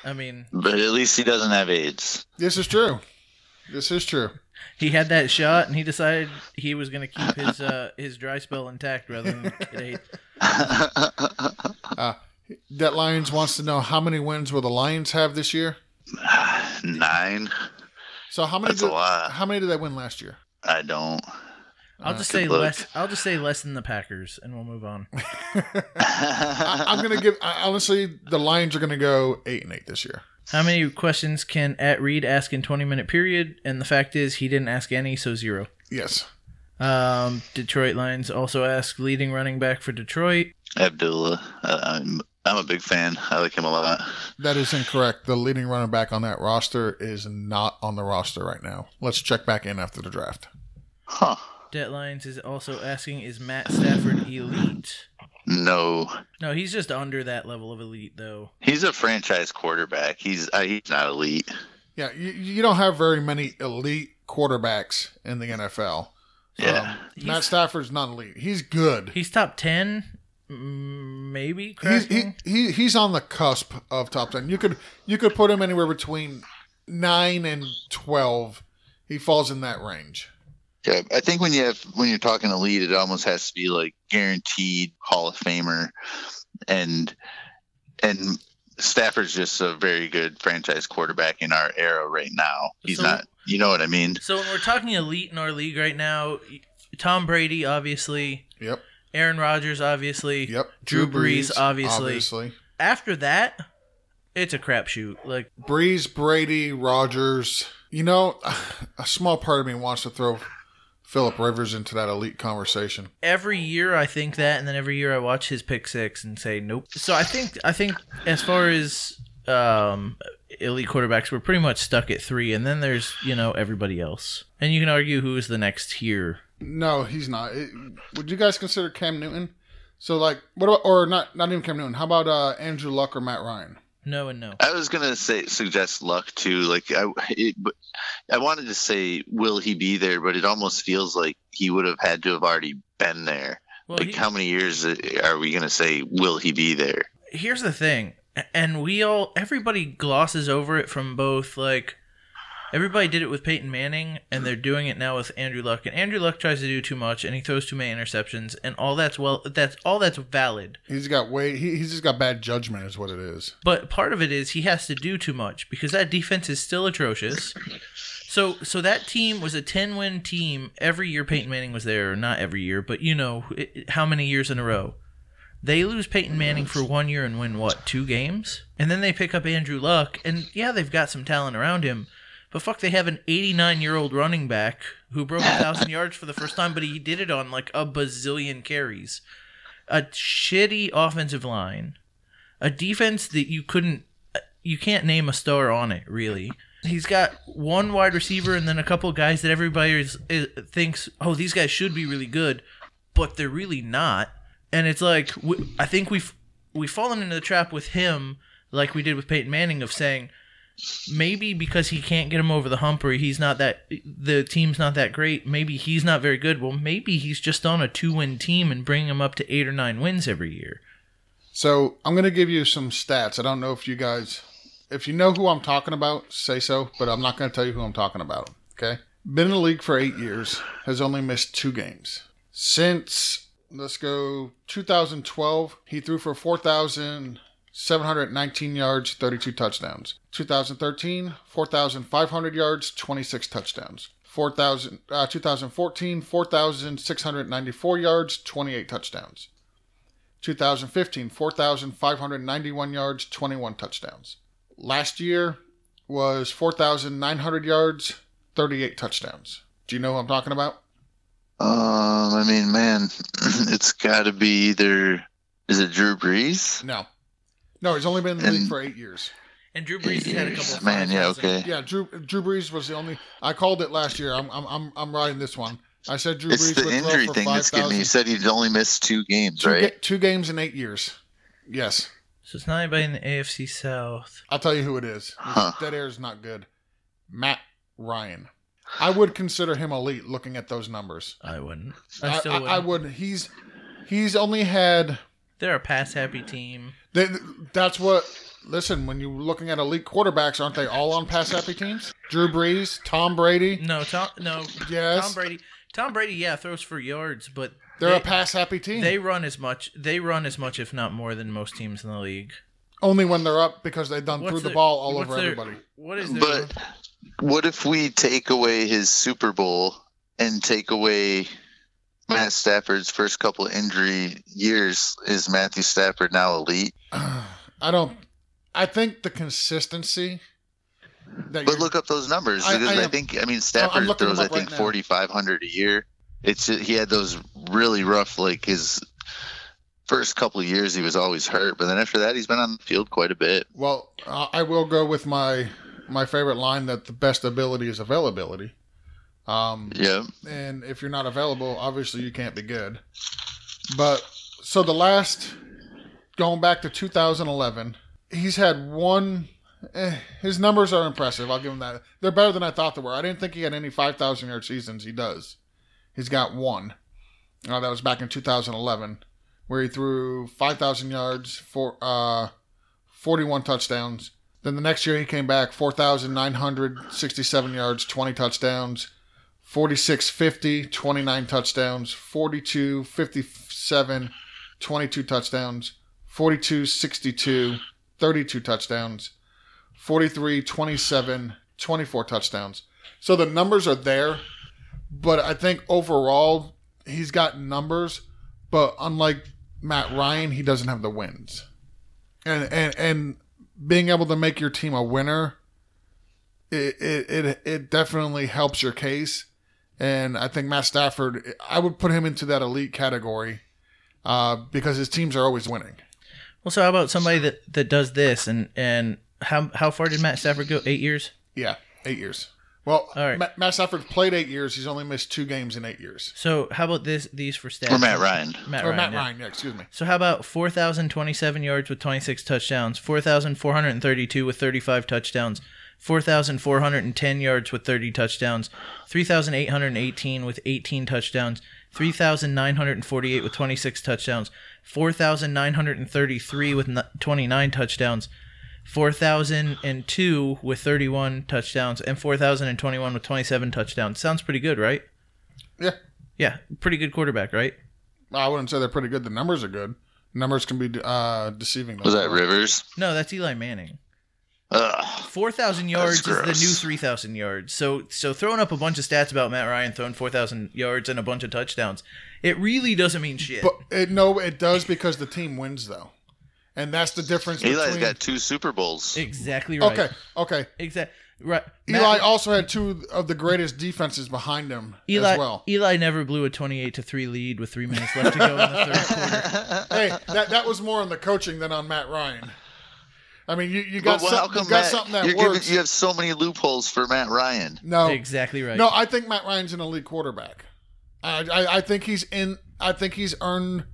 Speaker 3: I mean,
Speaker 4: But at least he doesn't have AIDS.
Speaker 2: This is true. This is true.
Speaker 3: he had that shot and he decided he was going to keep his uh, his dry spell intact rather than get AIDS.
Speaker 2: That Lions wants to know how many wins will the Lions have this year?
Speaker 4: Nine.
Speaker 2: So how many?
Speaker 4: That's a
Speaker 2: Did,
Speaker 4: lot.
Speaker 2: how many did they win last year?
Speaker 4: I don't.
Speaker 3: I'll
Speaker 2: Uh,
Speaker 3: just
Speaker 4: Ah, good
Speaker 3: say
Speaker 4: luck.
Speaker 3: less. I'll just say less than the Packers, and we'll move on.
Speaker 2: I'm gonna give I, honestly, the Lions are gonna go eight and eight this year.
Speaker 3: How many questions can at Reed ask in 20 minute period? And the fact is, he didn't ask any, so zero.
Speaker 2: Yes,
Speaker 3: Um, Detroit Lions also asked leading running back for Detroit.
Speaker 4: Abdullah. Uh, I'm, I'm a big fan. I like him a lot.
Speaker 2: that is incorrect. The leading running back on that roster is not on the roster right now. Let's check back in after the draft.
Speaker 4: Huh.
Speaker 3: Det Lions is also asking, is Matt Stafford elite?
Speaker 4: No.
Speaker 3: No, he's just under that level of elite, though.
Speaker 4: He's a franchise quarterback. He's uh, he's not elite.
Speaker 2: Yeah, you, you don't have very many elite quarterbacks in the NFL.
Speaker 4: Yeah.
Speaker 2: Um, Matt
Speaker 3: He's-
Speaker 2: Stafford's not elite. He's good.
Speaker 3: He's top 10, mm, maybe.
Speaker 2: he's
Speaker 3: cracking?
Speaker 2: he, he he's on the cusp of top ten. You could you could put him anywhere between nine and twelve. He falls in that range.
Speaker 4: Yeah, I think when you have when you're talking elite, it almost has to be like guaranteed Hall of Famer, and and Stafford's just a very good franchise quarterback in our era right now. He's
Speaker 3: So-
Speaker 4: not, you know what I mean?
Speaker 3: So when we're talking elite in our league right now, Tom Brady, obviously.
Speaker 2: Yep.
Speaker 3: Aaron Rodgers, obviously.
Speaker 2: Yep.
Speaker 3: Drew Brees, obviously.
Speaker 2: Obviously.
Speaker 3: After that, it's a crapshoot. Like,
Speaker 2: Brees, Brady, Rogers. You know, a small part of me wants to throw Philip Rivers into that elite conversation.
Speaker 3: every year I think that, and then every year I watch his pick six and say nope. So I think I think as far as um, elite quarterbacks, we're pretty much stuck at three, and then there's you know everybody else, and you can argue who is the next tier.
Speaker 2: No, he's not. It- would you guys consider Cam Newton? So like, what about or not? Not even Cam Newton. How about uh, Andrew Luck or Matt Ryan?
Speaker 3: No and no.
Speaker 4: I was gonna say suggest luck too. Like I, it, but I wanted to say will he be there, but it almost feels like he would have had to have already been there.
Speaker 3: Well,
Speaker 4: like
Speaker 3: he-
Speaker 4: how many years are we gonna say will he be there?
Speaker 3: here's the thing, a- and we all everybody glosses over it from both like. Everybody did it with Peyton Manning, and they're doing it now with Andrew Luck. And Andrew Luck tries to do too much, and he throws too many interceptions, and all that's well, that's all that's valid.
Speaker 2: He's got way. He, he's just got bad judgment, is what it is.
Speaker 3: But part of it is he has to do too much because that defense is still atrocious. So so that team was a 10 win team every year Peyton Manning was there, not every year, but you know it, it- how many years in a row. They lose Peyton Manning for one year and win what, two games? And then they pick up Andrew Luck and yeah, they've got some talent around him. But fuck, they have an 89 year old running back who broke a thousand yards for the first time, but he did it on like a bazillion carries. A shitty offensive line a defense that you couldn't uh, you can't name a star on it really he's got one wide receiver and then a couple guys that everybody is, is, thinks oh these guys should be really good but they're really not and it's like we, i think we've we've fallen into the trap with him like we did with peyton manning of saying maybe because he can't get him over the hump or he's not that the team's not that great maybe he's not very good well maybe he's just on a two-win team and bring him up to eight or nine wins every year
Speaker 2: So I'm going to give you some stats. I don't know if you guys, if you know who I'm talking about, say so, but I'm not going to tell you who I'm talking about. Okay. Been in the league for eight years, has only missed two games. Since, let's go 2012, he threw for 4,719 yards, 32 touchdowns. 2013, 4,500 yards, 26 touchdowns. 4,000, uh, 2014, 4,694 yards, 28 touchdowns. 2015, 4,591 yards, 21 touchdowns. Last year was 4,900 yards, 38 touchdowns. Do you know who I'm talking about?
Speaker 4: Um, I mean, man, it's got to be either. Is it Drew Brees?
Speaker 2: No. No, he's only been in the league
Speaker 4: And-
Speaker 2: for eight years.
Speaker 3: and drew brees has had a couple of
Speaker 4: Man, yeah,
Speaker 3: 5,000.
Speaker 4: okay.
Speaker 2: Yeah, Drew Drew Brees was the only. I called it last year. I'm I'm I'm, I'm riding this one. I said Drew
Speaker 4: It's
Speaker 2: Brees
Speaker 4: the
Speaker 2: would throw
Speaker 4: injury
Speaker 2: for
Speaker 4: thing that's getting me.
Speaker 2: 5,000
Speaker 4: You said he'd only missed two games,
Speaker 2: two,
Speaker 4: right?
Speaker 2: ga- two games in eight years. Yes,
Speaker 3: so it's not anybody in the afc south
Speaker 2: I'll tell you who it is.
Speaker 4: Huh.
Speaker 2: Dead air is not good. Matt Ryan. I would consider him elite looking at those numbers.
Speaker 3: i wouldn't
Speaker 2: I,
Speaker 3: i still
Speaker 2: I,
Speaker 3: would
Speaker 2: I wouldn't. He's he's only had.
Speaker 3: they're a pass happy team
Speaker 2: They, that's what. Listen, when you're looking at elite quarterbacks, aren't they all on pass happy teams? Drew Brees, Tom Brady.
Speaker 3: no tom no
Speaker 2: Yes,
Speaker 3: tom brady tom brady yeah throws for yards but
Speaker 2: they're
Speaker 3: they,
Speaker 2: a pass happy team.
Speaker 3: they run as much they run as much if not more than most teams in the league
Speaker 2: only when they're up because they done
Speaker 3: What's
Speaker 2: Um, threw the
Speaker 3: their-
Speaker 2: ball all
Speaker 3: what's
Speaker 2: over
Speaker 3: their-
Speaker 2: everybody.
Speaker 3: What is their
Speaker 4: But what if we take away his Super Bowl and take away Matt Stafford's first couple injury years? Is Matthew Stafford now elite?
Speaker 2: I don't. I think the consistency. That
Speaker 4: But
Speaker 2: you're-
Speaker 4: look up those numbers
Speaker 2: I-
Speaker 4: because
Speaker 2: I
Speaker 4: I,
Speaker 2: am-
Speaker 4: think I mean
Speaker 2: I'm
Speaker 4: Stafford
Speaker 2: looking them
Speaker 4: throws I
Speaker 2: up right
Speaker 4: think
Speaker 2: now.
Speaker 4: 4500 a year. It's he had those really rough like his first couple of years he was always hurt, but then after that he's been on the field quite a bit.
Speaker 2: Well, uh, I will go with my my favorite line that the best ability is availability. Um,
Speaker 4: Yeah.
Speaker 2: and if you're not available, obviously you can't be good. But so the last, going back to 2011, he's had one. Eh, his numbers are impressive. I'll give him that. They're better than I thought they were. I didn't think he had any 5,000 yard seasons. He does. He's got one. Uh, that was back in 2011, where he threw 5,000 yards for uh, 41 touchdowns. Then the next year he came back 4,967 yards, 20 touchdowns. 46 50, 29 touchdowns, 42 57, 22 touchdowns, 42 62, 32 touchdowns, 43 27, 24 touchdowns. So the numbers are there, but I think overall he's got numbers, but unlike Matt Ryan, he doesn't have the wins. And and and being able to make your team a winner it it it, it definitely helps your case. And I think Matt Stafford, I would put him into that elite category uh, because his teams are always winning.
Speaker 3: Well, so how about somebody that, that does this and and how how far did Matt Stafford go? Eight years.
Speaker 2: Yeah, eight years. Well,
Speaker 3: All right.
Speaker 2: Ma- Matt Stafford played eight years. He's only missed two games in eight years.
Speaker 3: So how about this these for stats?
Speaker 4: Or Matt Ryan.
Speaker 3: Matt
Speaker 2: or
Speaker 3: Ryan.
Speaker 2: Matt
Speaker 3: yeah.
Speaker 2: Ryan, yeah, excuse me.
Speaker 3: So how about four thousand twenty seven yards with twenty six touchdowns, four thousand four hundred and thirty two with thirty five touchdowns, four thousand four hundred and ten yards with thirty touchdowns, three thousand eight hundred and eighteen with eighteen touchdowns, three thousand nine hundred and forty eight with twenty six touchdowns, four thousand nine hundred and thirty three with twenty nine touchdowns. 4,002 with 31 touchdowns and 4,021 with 27 touchdowns. Sounds pretty good, right?
Speaker 2: Yeah,
Speaker 3: Yeah, pretty good quarterback, right?
Speaker 2: I wouldn't say they're pretty good. The numbers are good. Numbers can be uh, deceiving. though.
Speaker 4: Was that Rivers?
Speaker 3: No, that's Eli Manning.
Speaker 4: Ugh.
Speaker 3: Four thousand yards is the
Speaker 4: gross.
Speaker 3: new three thousand yards. So, so throwing up a bunch of stats about Matt Ryan throwing four thousand yards and a bunch of touchdowns, it really doesn't mean shit.
Speaker 2: But it, no, it does because the team wins though, and that's the difference.
Speaker 4: Eli's
Speaker 2: between,
Speaker 4: got two Super Bowls.
Speaker 3: exactly right.
Speaker 2: Okay, okay.
Speaker 3: Exactly right.
Speaker 2: Eli
Speaker 3: Matt-
Speaker 2: also had two of the greatest defenses behind him
Speaker 3: Eli,
Speaker 2: as well.
Speaker 3: Eli never blew a twenty-eight to three lead with three minutes left to go in the third quarter.
Speaker 2: hey, that, that was more on the coaching than on Matt Ryan. I mean, you, you
Speaker 4: But
Speaker 2: got,
Speaker 4: well,
Speaker 2: some-
Speaker 4: how
Speaker 2: you
Speaker 4: come
Speaker 2: got
Speaker 4: Matt,
Speaker 2: something that
Speaker 4: you're giving-
Speaker 2: works.
Speaker 4: you have so many loopholes for Matt Ryan?
Speaker 2: no,
Speaker 3: Exactly right.
Speaker 2: no, I think Matt Ryan's an elite quarterback. I, I, I think he's in. I think he's earned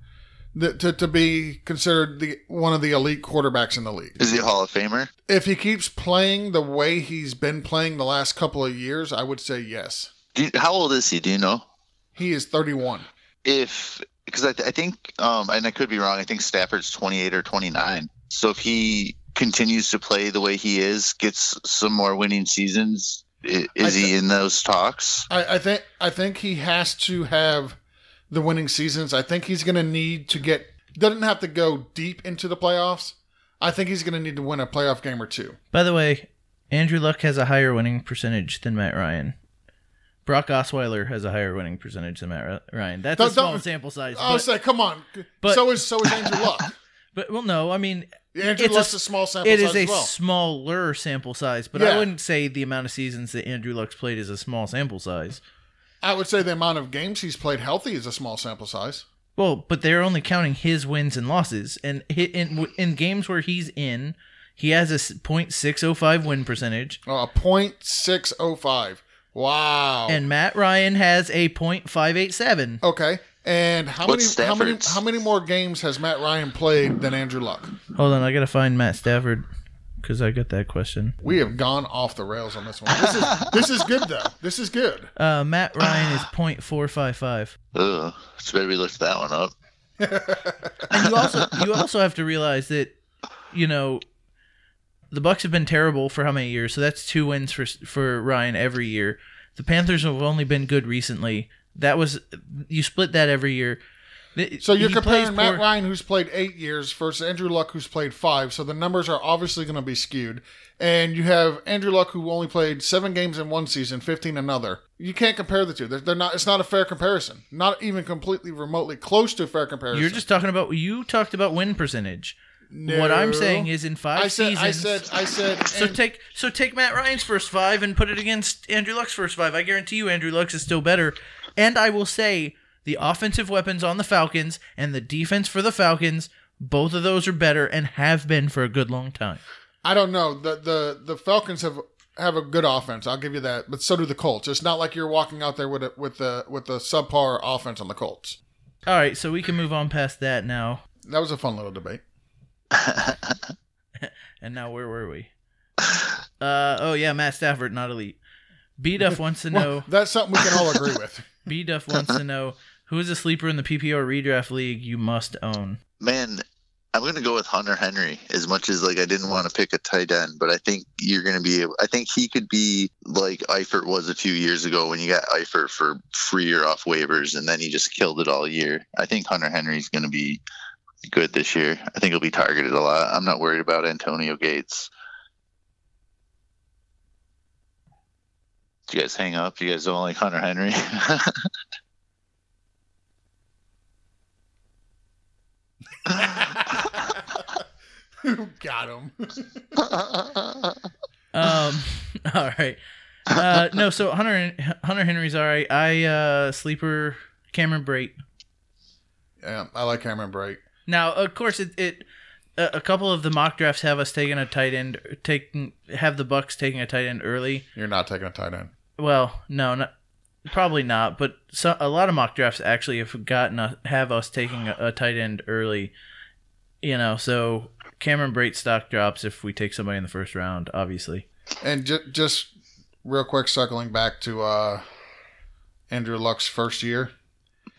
Speaker 2: th- to, to be considered the one of the elite quarterbacks in the league.
Speaker 4: Is he a Hall of Famer?
Speaker 2: If he keeps playing the way he's been playing the last couple of years, I would say yes.
Speaker 4: Do you, how old is he? Do you know?
Speaker 2: He is 31.
Speaker 4: If because I, th- I think um, and I could be wrong. I think Stafford's 28 or 29. So if he continues to play the way he is, gets some more winning seasons, i- is
Speaker 2: th-
Speaker 4: he in those talks?
Speaker 2: I, I think I think he has to have the winning seasons. I think he's going to need to get doesn't have to go deep into the playoffs. I think he's going to need to win a playoff game or two.
Speaker 3: By the way, Andrew Luck has a higher winning percentage than Matt Ryan. Brock Osweiler has a higher winning percentage than Matt Ry- Ryan. That's a
Speaker 2: Don't- Oh,
Speaker 3: small
Speaker 2: don't-
Speaker 3: sample size.
Speaker 2: I
Speaker 3: But,
Speaker 2: was like, come on.
Speaker 3: but-
Speaker 2: so is so is Andrew Luck.
Speaker 3: but well, no, I mean
Speaker 2: Andrew
Speaker 3: It's a-
Speaker 2: Luck's a, small sample
Speaker 3: it
Speaker 2: size
Speaker 3: is a
Speaker 2: as well.
Speaker 3: smaller sample size, but I
Speaker 2: Yeah.
Speaker 3: wouldn't say the amount of seasons that Andrew Luck's played is a small sample size.
Speaker 2: I would say the amount of games he's played healthy is a small sample size.
Speaker 3: Well, but they're only counting his wins and losses, and hi- in in games where he's in, he has a s- .605 win percentage,
Speaker 2: Uh, a .605. Wow.
Speaker 3: and Matt Ryan has a .587.
Speaker 2: okay. And how
Speaker 4: What's
Speaker 2: many how many
Speaker 4: Stafford's?
Speaker 2: how many more games has Matt Ryan played than Andrew Luck?
Speaker 3: Hold on, I gotta find Matt Stafford because I got that question.
Speaker 2: We have gone off the rails on this one. This is this is good though. This is good.
Speaker 3: Uh, Matt Ryan is .455.
Speaker 4: Ugh, it's better we lift that one up.
Speaker 3: And you also you also have to realize that you know the Bucks have been terrible for how many years? So that's two wins for for Ryan every year. The Panthers have only been good recently. That was you split that every year. The-
Speaker 2: So you're
Speaker 3: he plays
Speaker 2: comparing Matt
Speaker 3: poor-
Speaker 2: Ryan, who's played eight years, versus Andrew Luck, who's played five. So the numbers are obviously going to be skewed. And you have Andrew Luck, who only played seven games in one season, fifteen another. You can't compare the two. They're, they're not. It's not a fair comparison. Not even completely remotely close to a fair comparison.
Speaker 3: You're just talking about you talked about win percentage. What I'm saying is in five
Speaker 2: I said,
Speaker 3: seasons.
Speaker 2: I said, I said.
Speaker 3: so
Speaker 2: and-
Speaker 3: take so take Matt Ryan's first five and put it against Andrew Luck's first five. I guarantee you Andrew Luck's is still better. And I will say the offensive weapons on the Falcons and the defense for the Falcons, both of those are better and have been for a good long time.
Speaker 2: I don't know. The the the Falcons have have a good offense. I'll give you that. But so do the Colts. It's not like you're walking out there with a with the with the subpar offense on the Colts.
Speaker 3: All right, so we can move on past that now.
Speaker 2: That was a fun little debate.
Speaker 3: And now where were we? Uh oh yeah, Matt Stafford not elite. B Duff wants to know.
Speaker 2: Well, that's something we can all agree with.
Speaker 3: B Duff wants to know who is a sleeper in the PPR redraft league you must own.
Speaker 4: Man, I'm going to go with Hunter Henry as much as like I didn't want to pick a tight end, but I think you're going to be. I think he could be like Eifert was a few years ago when you got Eifert for free or off waivers, and then he just killed it all year. I think Hunter Henry's going to be good this year. I think he'll be targeted a lot. I'm not worried about Antonio Gates. Did you guys hang up? You guys don't like Hunter Henry?
Speaker 2: Who got him?
Speaker 3: Um. all right. Uh, no. So Hunter Hunter Henry's all right. I uh, sleeper Cameron Brate.
Speaker 2: Yeah, I like Cameron Bright.
Speaker 3: Now, of course, it, it a, a couple of the mock drafts have us taking a tight end, taking have the Bucks taking a tight end early.
Speaker 2: You're not taking a tight end.
Speaker 3: Well, no, not, probably not. But so, a lot of mock drafts actually have gotten a, have us taking a, a tight end early. You know, so Cameron Brate stock drops if we take somebody in the first round, obviously.
Speaker 2: And ju- just real quick, circling back to uh, Andrew Luck's first year,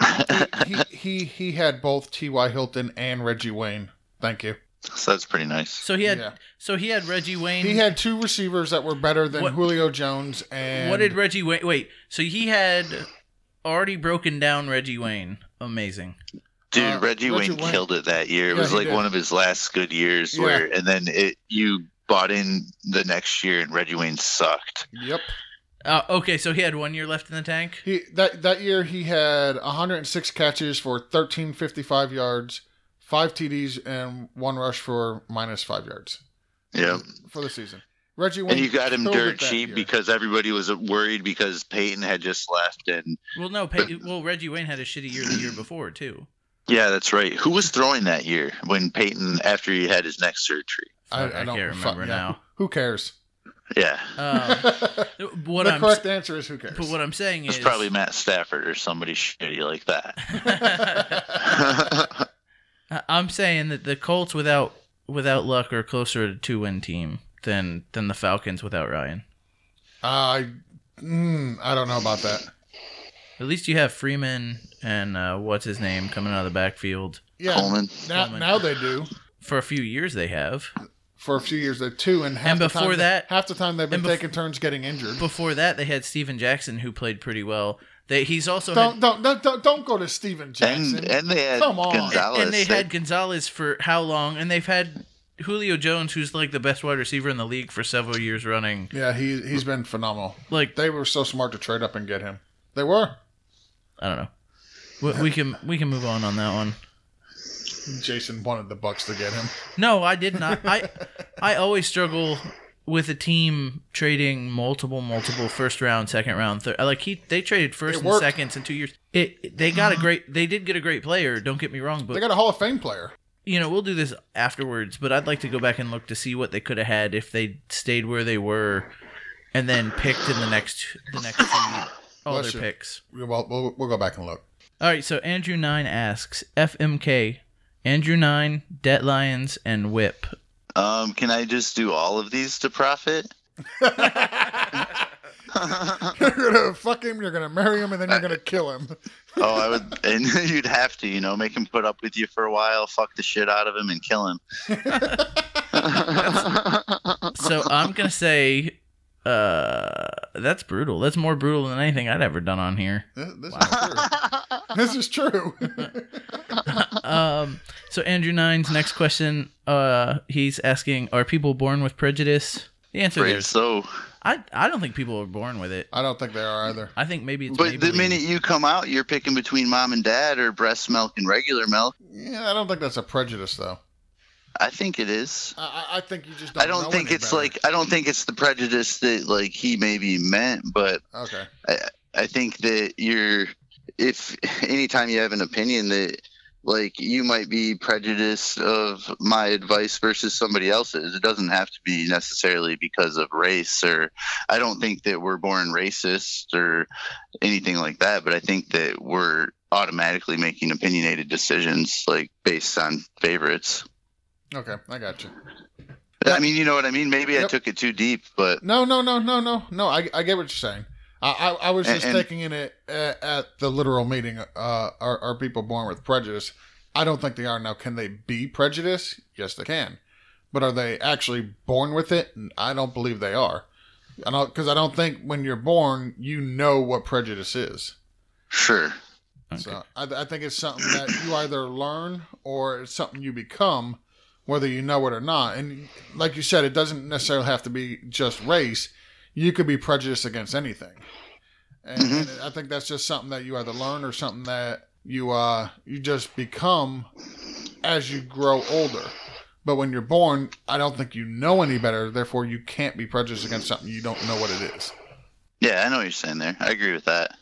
Speaker 2: he, he, he he had both T.Y. Hilton and Reggie Wayne. Thank you.
Speaker 4: so that's pretty nice.
Speaker 3: So he had
Speaker 2: Yeah.
Speaker 3: so he had Reggie Wayne.
Speaker 2: He had two receivers that were better than
Speaker 3: What-
Speaker 2: Julio Jones and
Speaker 3: What did Reggie Wayne? Wait, so he had already broken down Reggie Wayne. Amazing.
Speaker 4: Dude,
Speaker 2: Uh,
Speaker 4: Reggie,
Speaker 2: Reggie
Speaker 4: Wayne,
Speaker 2: Wayne.
Speaker 4: killed it that year. It
Speaker 2: Yeah,
Speaker 4: was
Speaker 2: he
Speaker 4: like
Speaker 2: did.
Speaker 4: one of his last good years.
Speaker 2: Yeah.
Speaker 4: Where and then it you bought in the next year, and Reggie Wayne sucked.
Speaker 2: Yep.
Speaker 3: Uh, okay, so he had one year left in the tank.
Speaker 2: He that that year he had 106 catches for 1355 yards, five TDs and one rush for minus 5 yards
Speaker 4: Yeah,
Speaker 2: for the season. Reggie Wayne
Speaker 4: and you got him
Speaker 2: killed
Speaker 4: dirt
Speaker 2: it that
Speaker 4: cheap
Speaker 2: year.
Speaker 4: because everybody was worried because Peyton had just left, and
Speaker 3: Well, no, Pey- well Reggie Wayne had a shitty year the year before too.
Speaker 4: yeah, that's right. Who was throwing that year when Peyton after he had his neck surgery?
Speaker 2: I,
Speaker 3: Fuck,
Speaker 2: I
Speaker 3: I
Speaker 2: don't
Speaker 3: can't
Speaker 2: fuck,
Speaker 3: remember
Speaker 2: yeah.
Speaker 3: now.
Speaker 2: Who cares?
Speaker 4: Yeah,
Speaker 3: Um, what
Speaker 2: the
Speaker 3: I'm
Speaker 2: correct answer is who cares.
Speaker 3: but what I'm saying
Speaker 4: it was
Speaker 3: is
Speaker 4: probably Matt Stafford or somebody shitty like that.
Speaker 3: I- I'm saying that the Colts without without Luck are closer to a two win team than than the Falcons without Ryan.
Speaker 2: Uh, I, mm, I don't know about that.
Speaker 3: At least you have Freeman and uh, what's his name coming out of the backfield.
Speaker 2: Yeah,
Speaker 4: Coleman.
Speaker 2: now,
Speaker 3: Coleman.
Speaker 2: now they do.
Speaker 3: For a few years they have.
Speaker 2: For a few years, they two, and half
Speaker 3: And
Speaker 2: the
Speaker 3: before
Speaker 2: time,
Speaker 3: that-
Speaker 2: half the time they've been
Speaker 3: and bef-
Speaker 2: taking turns getting injured.
Speaker 3: Before that they had Steven Jackson who played pretty well. They he's also had-
Speaker 2: Don't, don't don't don't don't go to Steven Jackson.
Speaker 4: And and they had
Speaker 2: Come on.
Speaker 4: Gonzalez.
Speaker 3: and they
Speaker 4: that-
Speaker 3: had Gonzalez for how long? And they've had Julio Jones, who's like the best wide receiver in the league for several years running.
Speaker 2: yeah, he he's been phenomenal.
Speaker 3: Like
Speaker 2: They were so smart to trade up and get him. They were.
Speaker 3: I don't know. We, we can we can move on on that one.
Speaker 2: Jason wanted the Bucks to get him.
Speaker 3: No, I did not. I I always struggle with a team trading multiple multiple first round, second round, third. Like he they traded first
Speaker 2: It
Speaker 3: and
Speaker 2: worked.
Speaker 3: seconds in two years. It they got a great they did get a great player. Don't get me wrong,
Speaker 2: They
Speaker 3: but
Speaker 2: got a Hall of Fame player.
Speaker 3: you know we'll do this afterwards. But I'd like to go back and look to see what they could have had if they stayed where they were, and then picked in the next the next two, all
Speaker 2: Bless
Speaker 3: their
Speaker 2: you.
Speaker 3: picks.
Speaker 2: Well, we'll, we'll go back and look.
Speaker 3: All right, so Andrew Nine asks FMK, Andrew Nine, Det Lions, and Whip.
Speaker 4: um, can I just do all of these to profit?
Speaker 2: You're gonna fuck him. You're gonna marry him, and then you're gonna kill him.
Speaker 4: Oh, I would, and you'd have to, you know, make him put up with you for a while, fuck the shit out of him, and kill him.
Speaker 3: so I'm gonna say, uh, that's brutal. That's more brutal than anything I'd ever done on here.
Speaker 2: This, this is true. This is true.
Speaker 3: Um, so Andrew Nine's next question, uh, he's asking, are people born with prejudice? The answer
Speaker 4: Right,
Speaker 3: is,
Speaker 4: so,
Speaker 3: I, I don't think people are born with it.
Speaker 2: I don't think they are either.
Speaker 3: I think maybe it's.
Speaker 4: but the
Speaker 3: Maybelline.
Speaker 4: minute you come out, you're picking between mom and dad or breast milk and regular milk.
Speaker 2: Yeah, I don't think that's a prejudice though.
Speaker 4: I think it is.
Speaker 2: I, I I think you just. Don't
Speaker 4: I don't
Speaker 2: know
Speaker 4: think
Speaker 2: any
Speaker 4: it's
Speaker 2: better.
Speaker 4: like I don't think it's the prejudice that like he maybe meant, but
Speaker 2: Okay.
Speaker 4: I think that you're if anytime you have an opinion that like you might be prejudiced of my advice versus somebody else's it doesn't have to be necessarily because of race or i don't think that we're born racist or anything like that but i think that we're automatically making opinionated decisions like based on favorites
Speaker 2: Okay, I got you.
Speaker 4: i mean you know what i mean maybe i
Speaker 2: Yep.
Speaker 4: took it too deep but
Speaker 2: No, no, no, no, no, no. I, I get what you're saying. I, I, I was
Speaker 4: And-
Speaker 2: just
Speaker 4: and-
Speaker 2: taking in it at, at the literal meaning. Uh, are, are people born with prejudice? I don't think they are. Now, can they be prejudiced? Yes, they can. But are they actually born with it? I don't believe they are. I don't because I don't think when you're born you know what prejudice is.
Speaker 4: sure
Speaker 2: So I, I think it's something that you either learn or it's something you become, whether you know it or not. And like you said, it doesn't necessarily have to be just race. You could be prejudiced against anything, and,
Speaker 4: Mhm.
Speaker 2: and I think that's just something that you either learn or something that you uh you just become as you grow older. But when you're born, I don't think you know any better. Therefore, you can't be prejudiced against something you don't know what it is.
Speaker 4: yeah i know what you're saying there i agree with that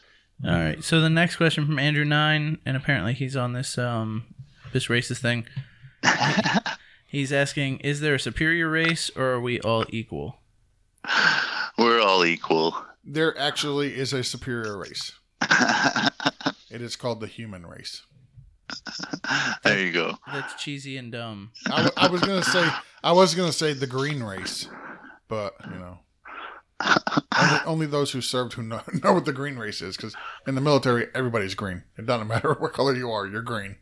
Speaker 3: All right. So the next question from Andrew Nine, and apparently he's on this um this racist thing. he's asking, is there a superior race or are we all equal?
Speaker 4: we're all equal
Speaker 2: There actually is a superior race. It is called the human race.
Speaker 4: there you go.
Speaker 3: That's cheesy and dumb.
Speaker 2: I, I was gonna say I was gonna say the green race, but you know, only, only those who served who know, know what the green race is. Because in the military, everybody's green. It doesn't matter what color you are, you're green.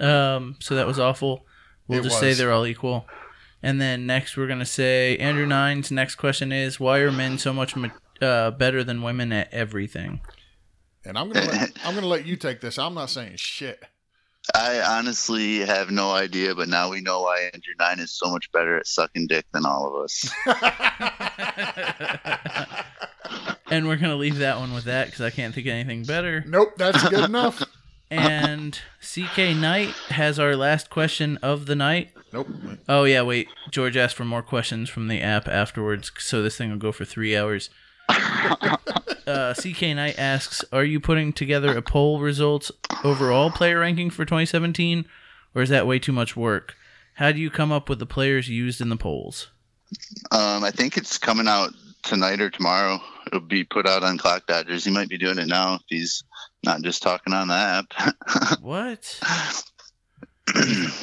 Speaker 3: Um, so that was awful. We'll
Speaker 2: It
Speaker 3: just say
Speaker 2: was.
Speaker 3: they're all equal. And then next, we're gonna say Andrew Nine's next question is why are men so much ma- uh, better than women at everything?
Speaker 2: And I'm gonna let, I'm gonna let you take this. I'm not saying shit.
Speaker 4: I honestly have no idea, but now we know why Andrew Nine is so much better at sucking dick than all of us.
Speaker 3: And we're gonna leave that one with that because I can't think of anything better.
Speaker 2: Nope, that's good enough.
Speaker 3: And CK Knight has our last question of the night.
Speaker 2: Nope.
Speaker 3: Oh yeah, wait. George asked for more questions from the app afterwards, so this thing will go for three hours. uh, CK Knight asks, "Are you putting together a poll results overall player ranking for 2017, or is that way too much work? How do you come up with the players used in the polls?"
Speaker 4: Um, I think it's coming out tonight or tomorrow. It'll be put out on Clock Dodgers. He might be doing it now if he's not just talking on the app.
Speaker 3: What?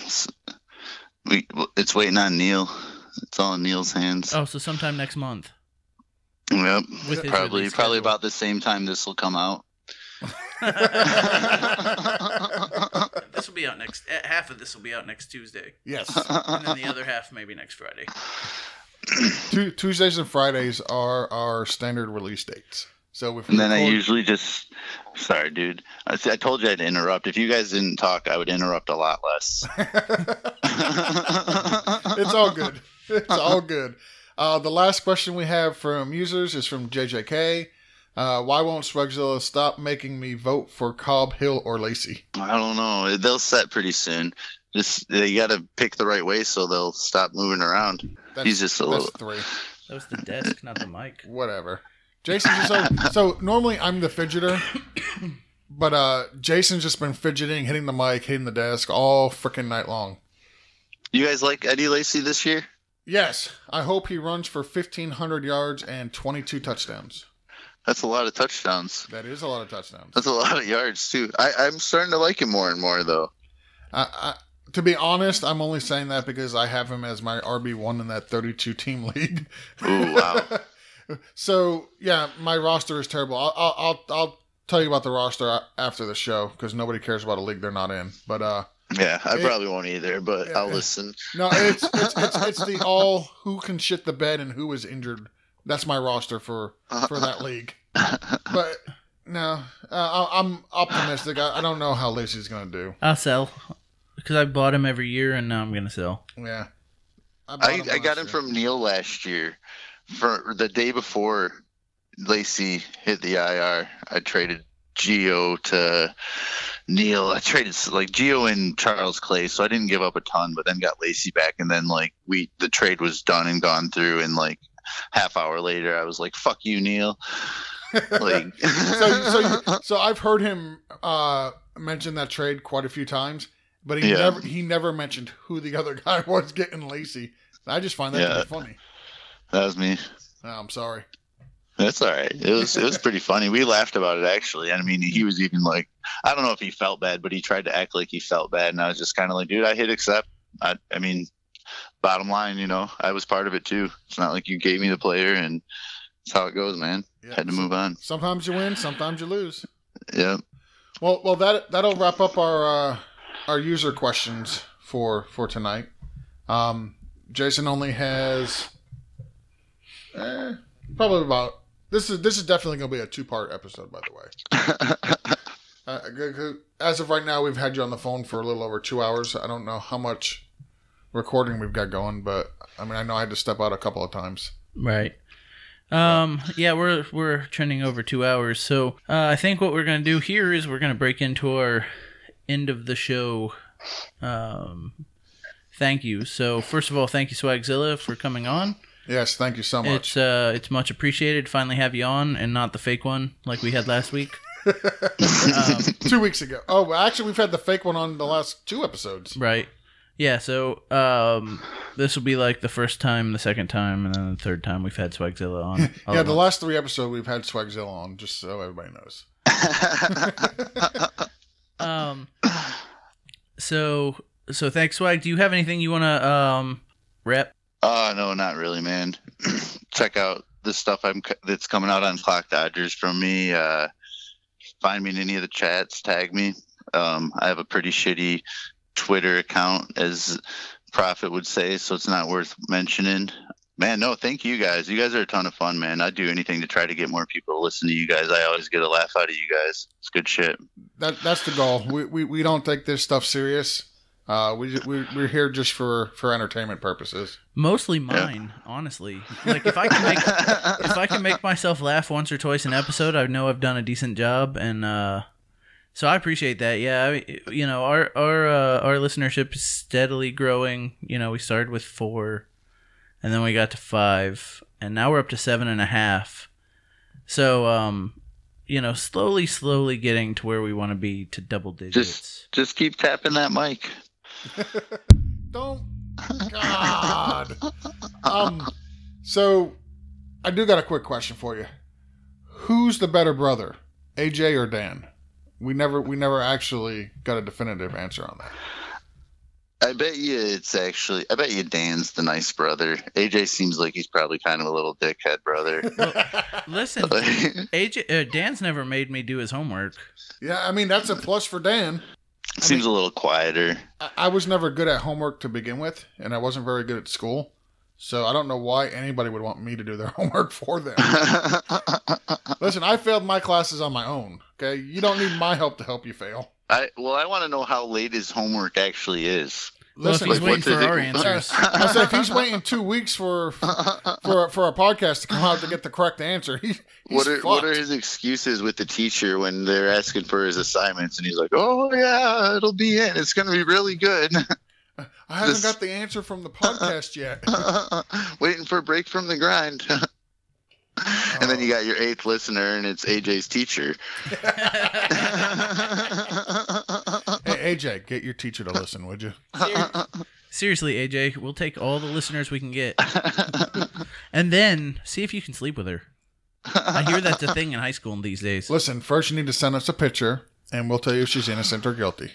Speaker 4: we, it's waiting on Neil. It's all in Neil's hands.
Speaker 3: Oh, so sometime next month.
Speaker 4: Yep.
Speaker 3: With his
Speaker 4: Probably,
Speaker 3: release
Speaker 4: probably
Speaker 3: schedule.
Speaker 4: about the same time this will come out.
Speaker 5: This will be out next. eh, Half of this will be out next Tuesday,
Speaker 2: Yes.
Speaker 5: and then the other half maybe next Friday.
Speaker 2: Tu- Tuesdays and Fridays are our standard release dates. So if we
Speaker 4: And then I
Speaker 2: record-
Speaker 4: usually just, sorry, dude. I, see, I told you I'd interrupt. If you guys didn't talk, I would interrupt a lot less.
Speaker 2: it's all good. It's all good. Uh, the last question we have from users is from JJK. Uh, why won't Swagzilla stop making me vote for Cobb, Hill, or Lacey?
Speaker 4: I don't know. They'll set pretty soon. Just they got to pick the right way so they'll stop moving around.
Speaker 2: That's,
Speaker 4: He's just a
Speaker 2: that's
Speaker 4: little.
Speaker 2: three.
Speaker 5: That was the desk, not the mic.
Speaker 2: Whatever. Jason's just so, so normally I'm the fidgeter, but uh, Jason's just been fidgeting, hitting the mic, hitting the desk all freaking night long.
Speaker 4: You guys like Eddie Lacy this year?
Speaker 2: Yes, I hope he runs for 1,500 yards and 22 touchdowns.
Speaker 4: That's a lot of touchdowns.
Speaker 2: That is a lot of touchdowns.
Speaker 4: That's a lot of yards too. I, I'm starting to like him more and more though.
Speaker 2: I, I, to be honest, I'm only saying that because I have him as my RB one in that 32 team league.
Speaker 4: Ooh, wow.
Speaker 2: so yeah, my roster is terrible. I'll I'll, I'll, I'll tell you about the roster a- after the show because nobody cares about a league they're not in. But uh,
Speaker 4: Yeah, I
Speaker 2: It-
Speaker 4: probably won't either, but I'll
Speaker 2: Yeah.
Speaker 4: listen.
Speaker 2: no, it's it's, it's it's the all who can shit the bed and who is injured. That's my roster for for that league. But no, uh, I, I'm optimistic. I, I don't know how Lacey's gonna do.
Speaker 3: I'll sell because I bought him every year, and now I'm gonna sell.
Speaker 2: Yeah, bought
Speaker 4: I, I got
Speaker 2: last
Speaker 4: him
Speaker 2: year.
Speaker 4: from Neil last year. For the day before Lacey hit the IR, I traded Geo to Neil. I traded like Geo and Charles Clay, so I didn't give up a ton, but then got Lacey back, and then like we the trade was done and gone through, and like half hour later, I was like, "Fuck you, Neil." Like,
Speaker 2: so, so, so I've heard him uh, mention that trade quite a few times, but he
Speaker 4: Yeah.
Speaker 2: never he never mentioned who the other guy was getting Lacey. I just find that to
Speaker 4: Yeah.
Speaker 2: be funny.
Speaker 4: that was me.
Speaker 2: Oh, I'm sorry.
Speaker 4: That's all right. It was it was pretty funny. We laughed about it actually. I mean, he was even like, I don't know if he felt bad, but he tried to act like he felt bad, and I was just kind of like, dude, I hit accept. I I mean, bottom line, you know, I was part of it too. It's not like you gave me the player, and that's how it goes, man.
Speaker 2: Yeah.
Speaker 4: Had to move on.
Speaker 2: Sometimes you win, sometimes you lose.
Speaker 4: Yeah.
Speaker 2: Well, well, that that'll wrap up our uh, our user questions for for tonight. Um, Jason only has eh, probably about this is this is definitely going to be a two part episode, by the way. Uh, g- g- as of right now, we've had you on the phone for a little over two hours. I don't know how much recording we've got going, but I mean, I know I had to step out a couple of times.
Speaker 3: Right. Um. Yeah, we're we're trending over two hours, so uh, I think what we're gonna do here is we're gonna break into our end of the show. Um. Thank you. So first of all, thank you Swagzilla for coming on.
Speaker 2: Yes, thank you so
Speaker 3: It's
Speaker 2: much.
Speaker 3: uh, it's much appreciated. to Finally, have you on, and not the fake one like we had last week. Um,
Speaker 2: two weeks ago. Oh, well, actually, we've had the fake one on the last two episodes.
Speaker 3: Right. Yeah, so um, this will be like the first time, the second time, and then the third time we've had Swagzilla on.
Speaker 2: yeah,
Speaker 3: Although-
Speaker 2: the last three episodes we've had Swagzilla on, just so everybody knows.
Speaker 3: um, so so thanks, Swag. Do you have anything you want to um rep?
Speaker 4: Oh no, not really, man. Check out the stuff I'm co- that's coming out on Clock Dodgers from me. Uh, find me in any of the chats. Tag me. Um, I have a pretty shitty Twitter account, as Prophet would say, so it's not worth mentioning. Man, no, thank you guys. You guys are a ton of fun, man. I'd do anything to try to get more people to listen to you guys. I always get a laugh out of you guys. It's good shit.
Speaker 2: That that's the goal. We we, we don't take this stuff serious. Uh, we ju- we we're here just for for entertainment purposes.
Speaker 3: Mostly mine, honestly. Like if I can make if I can make myself laugh once or twice an episode, I know I've done a decent job, and uh, so I appreciate that. Yeah, I, you know our our uh, our listenership is steadily growing. You know, we started with four, and then we got to five, and now we're up to seven and a half. So, um, you know, slowly, slowly getting to where we want to be to double digits.
Speaker 4: Just keep tapping that mic.
Speaker 2: Don't. God. Um. So, I do got a quick question for you. Who's the better brother, AJ or Dan? We never we never actually got a definitive answer on that.
Speaker 4: I bet you it's actually. I bet you Dan's the nice brother. AJ seems like he's probably kind of a little dickhead brother.
Speaker 3: Listen, AJ, uh, Dan's never made me do his homework.
Speaker 2: yeah, I mean that's a plus for Dan.
Speaker 4: seems a little quieter.
Speaker 2: I, I was never good at homework to begin with, and I wasn't very good at school, so I don't know why anybody would want me to do their homework for them. Listen, I failed my classes on my own. Okay, you don't need my help to help you fail.
Speaker 4: I well, I want to know how late his homework actually is.
Speaker 3: Well, if
Speaker 2: Listen,
Speaker 3: he's
Speaker 4: Like,
Speaker 3: waiting
Speaker 4: what
Speaker 3: for
Speaker 4: did
Speaker 3: our
Speaker 4: he-
Speaker 3: answers.
Speaker 2: I said if he's waiting two weeks for for for our podcast to come out to get the correct answer, he, he's
Speaker 4: What are
Speaker 2: fucked.
Speaker 4: what are his excuses with the teacher when they're asking for his assignments and he's like, "Oh yeah, it'll be in. It's gonna be really good."
Speaker 2: I haven't
Speaker 4: this-
Speaker 2: got the answer from the podcast yet.
Speaker 4: Waiting for a break from the grind. and then you
Speaker 2: Oh.
Speaker 4: got your eighth listener, and it's AJ's teacher.
Speaker 2: Hey AJ, get your teacher to listen, would you?
Speaker 3: Seriously, AJ, we'll take all the listeners we can get, and then see if you can sleep with her. I hear that's a thing in high school these days,
Speaker 2: Listen, first you need to send us a picture, and we'll tell you if she's innocent or guilty.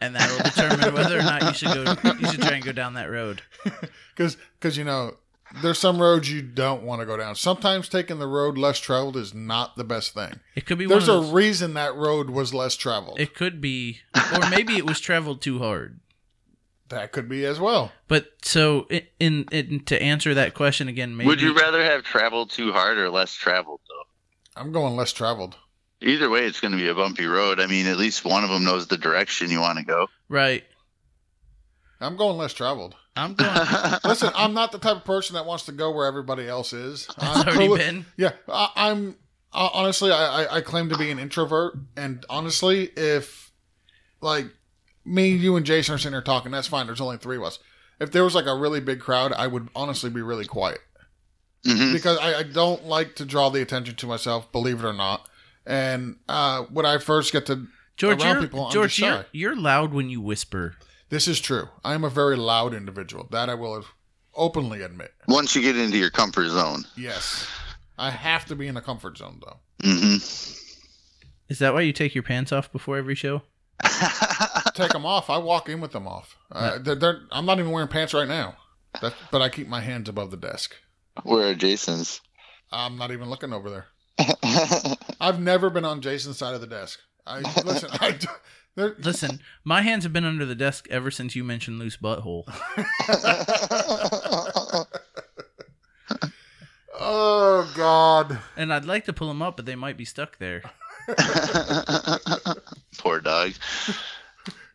Speaker 3: and that will determine whether or not you should go. You should try and go down that road.
Speaker 2: Because you know there's some roads you don't want to go down. Sometimes taking the road less traveled is not the best thing.
Speaker 3: It could be
Speaker 2: There's
Speaker 3: one
Speaker 2: a
Speaker 3: of those,
Speaker 2: reason that road was less traveled.
Speaker 3: It could be, or maybe it was traveled too hard.
Speaker 2: that could be as well.
Speaker 3: But so, in, in, in to answer that question again, maybe
Speaker 4: Would you rather have traveled too hard or less traveled, though?
Speaker 2: I'm going less traveled.
Speaker 4: Either way, it's going to be a bumpy road. I mean, at least one of them knows the direction you want to go.
Speaker 3: right?
Speaker 2: I'm going less traveled.
Speaker 3: I'm going.
Speaker 4: Mm-hmm.
Speaker 2: Listen, I'm not the type of person that wants to go where everybody else is. I'm
Speaker 3: It's already
Speaker 2: cool-
Speaker 3: been.
Speaker 2: Yeah, I, I'm I, honestly, I, I I claim to be an introvert, and honestly, if like me, you, and Jason are sitting here talking, that's fine. There's only three of us. If there was like a really big crowd, I would honestly be really quiet
Speaker 4: Mhm.
Speaker 2: because I, I don't like to draw the attention to myself, believe it or not. And uh, when I first get to
Speaker 3: George,
Speaker 2: around
Speaker 3: you're,
Speaker 2: people, I'm
Speaker 3: George,
Speaker 2: just
Speaker 3: you're,
Speaker 2: shy.
Speaker 3: you're loud when you whisper.
Speaker 2: this is true. I am a very loud individual. That I will openly admit.
Speaker 4: Once you get into your comfort zone.
Speaker 2: Yes, I have to be in a comfort zone though.
Speaker 4: hmm
Speaker 3: Is that why you take your pants off before every show?
Speaker 2: take them off. I walk in with them off. Uh, they're, they're, I'm not even wearing pants right now, that, but I keep my hands above the desk.
Speaker 4: Where are Jason's?
Speaker 2: I'm not even looking over there. I've never been on Jason's side of the desk. I listen. I do, there-
Speaker 3: Listen, my hands have been under the desk ever since you mentioned loose butthole.
Speaker 2: oh God,
Speaker 3: And I'd like to pull them up, but they might be stuck there.
Speaker 4: Poor dog.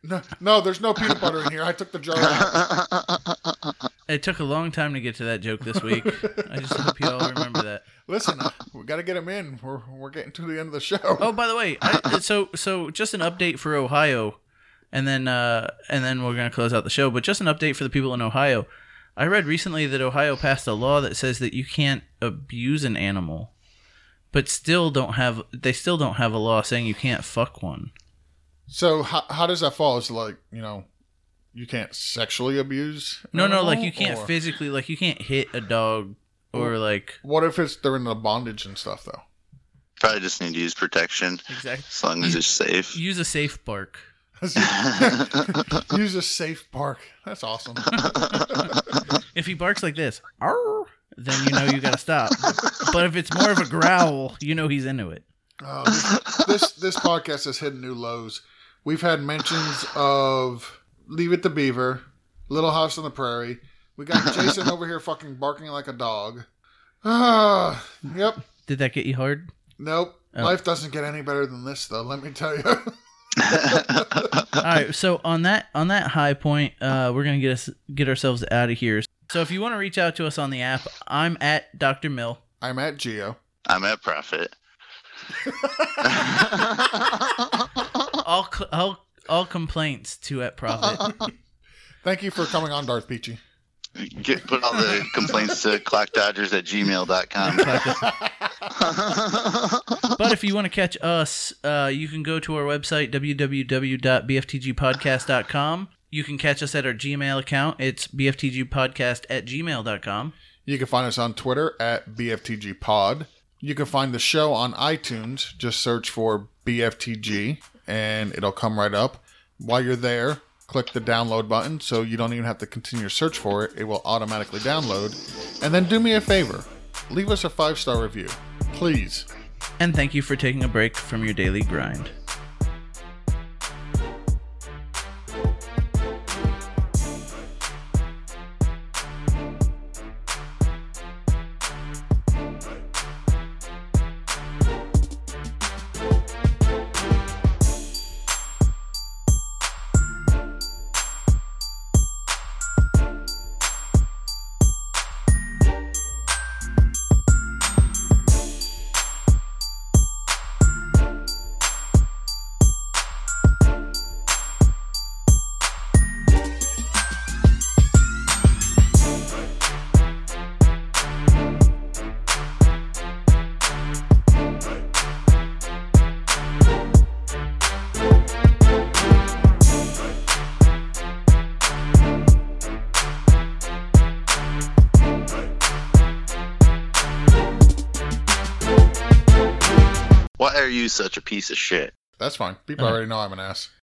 Speaker 2: no, no, there's no peanut butter in here. I took the jar. out.
Speaker 3: It took a long time to get to that joke this week. I just hope you all remember that.
Speaker 2: Listen, we got to get him in. We're we're getting to the end of the show.
Speaker 3: Oh, by the way, I, so so just an update for Ohio, and then uh, and then we're gonna close out the show. But just an update for the people in Ohio. I read recently that Ohio passed a law that says that you can't abuse an animal, but still don't have they still don't have a law saying you can't fuck one.
Speaker 2: So how how does that fall? It's like you know, you can't sexually abuse.
Speaker 3: No,
Speaker 2: an
Speaker 3: no, like
Speaker 2: animal,
Speaker 3: you can't
Speaker 2: or-
Speaker 3: physically like you can't hit a dog or like
Speaker 2: What if it's they're in the bondage and stuff though?
Speaker 4: Probably just need to use protection
Speaker 3: exactly
Speaker 4: as long as it's safe.
Speaker 3: use a safe bark.
Speaker 2: Use a safe park. That's awesome.
Speaker 3: If he barks like this, "Arr," then you know you gotta stop. but if it's more of a growl, you know he's into it.
Speaker 2: Uh, this, this this podcast has hit new lows. We've had mentions of Leave It to Beaver, Little House on the Prairie. We got Jason over here fucking barking like a dog. Ah, yep.
Speaker 3: Did that get you hard?
Speaker 2: Nope. Life doesn't get any better than this though. Let me tell you.
Speaker 3: All right. So on that on that high point, uh, we're gonna get us get ourselves out of here. So if you want to reach out to us on the app, I'm at Dr. Mill.
Speaker 2: I'm at Geo.
Speaker 4: I'm at profit.
Speaker 3: All cl- all all complaints to at profit.
Speaker 2: Thank you for coming on, Darth Peachy.
Speaker 4: Get, put all the complaints to clockdodgers at gmail.com.
Speaker 3: but if you want to catch us, uh, you can go to our website www.bftgpodcast.com. You can catch us at our Gmail account. It's bftgpodcast at gmail.com.
Speaker 2: You can find us on Twitter at BFTG Pod. You can find the show on iTunes. Just search for BFTG and it'll come right up. While you're there, click the download button so you don't even have to continue your search for it. It will automatically download. And then do me a favor leave us a five star review, please.
Speaker 3: And thank you for taking a break from your daily grind.
Speaker 6: Why are you such a piece of shit?
Speaker 2: That's fine. People already know I'm an ass.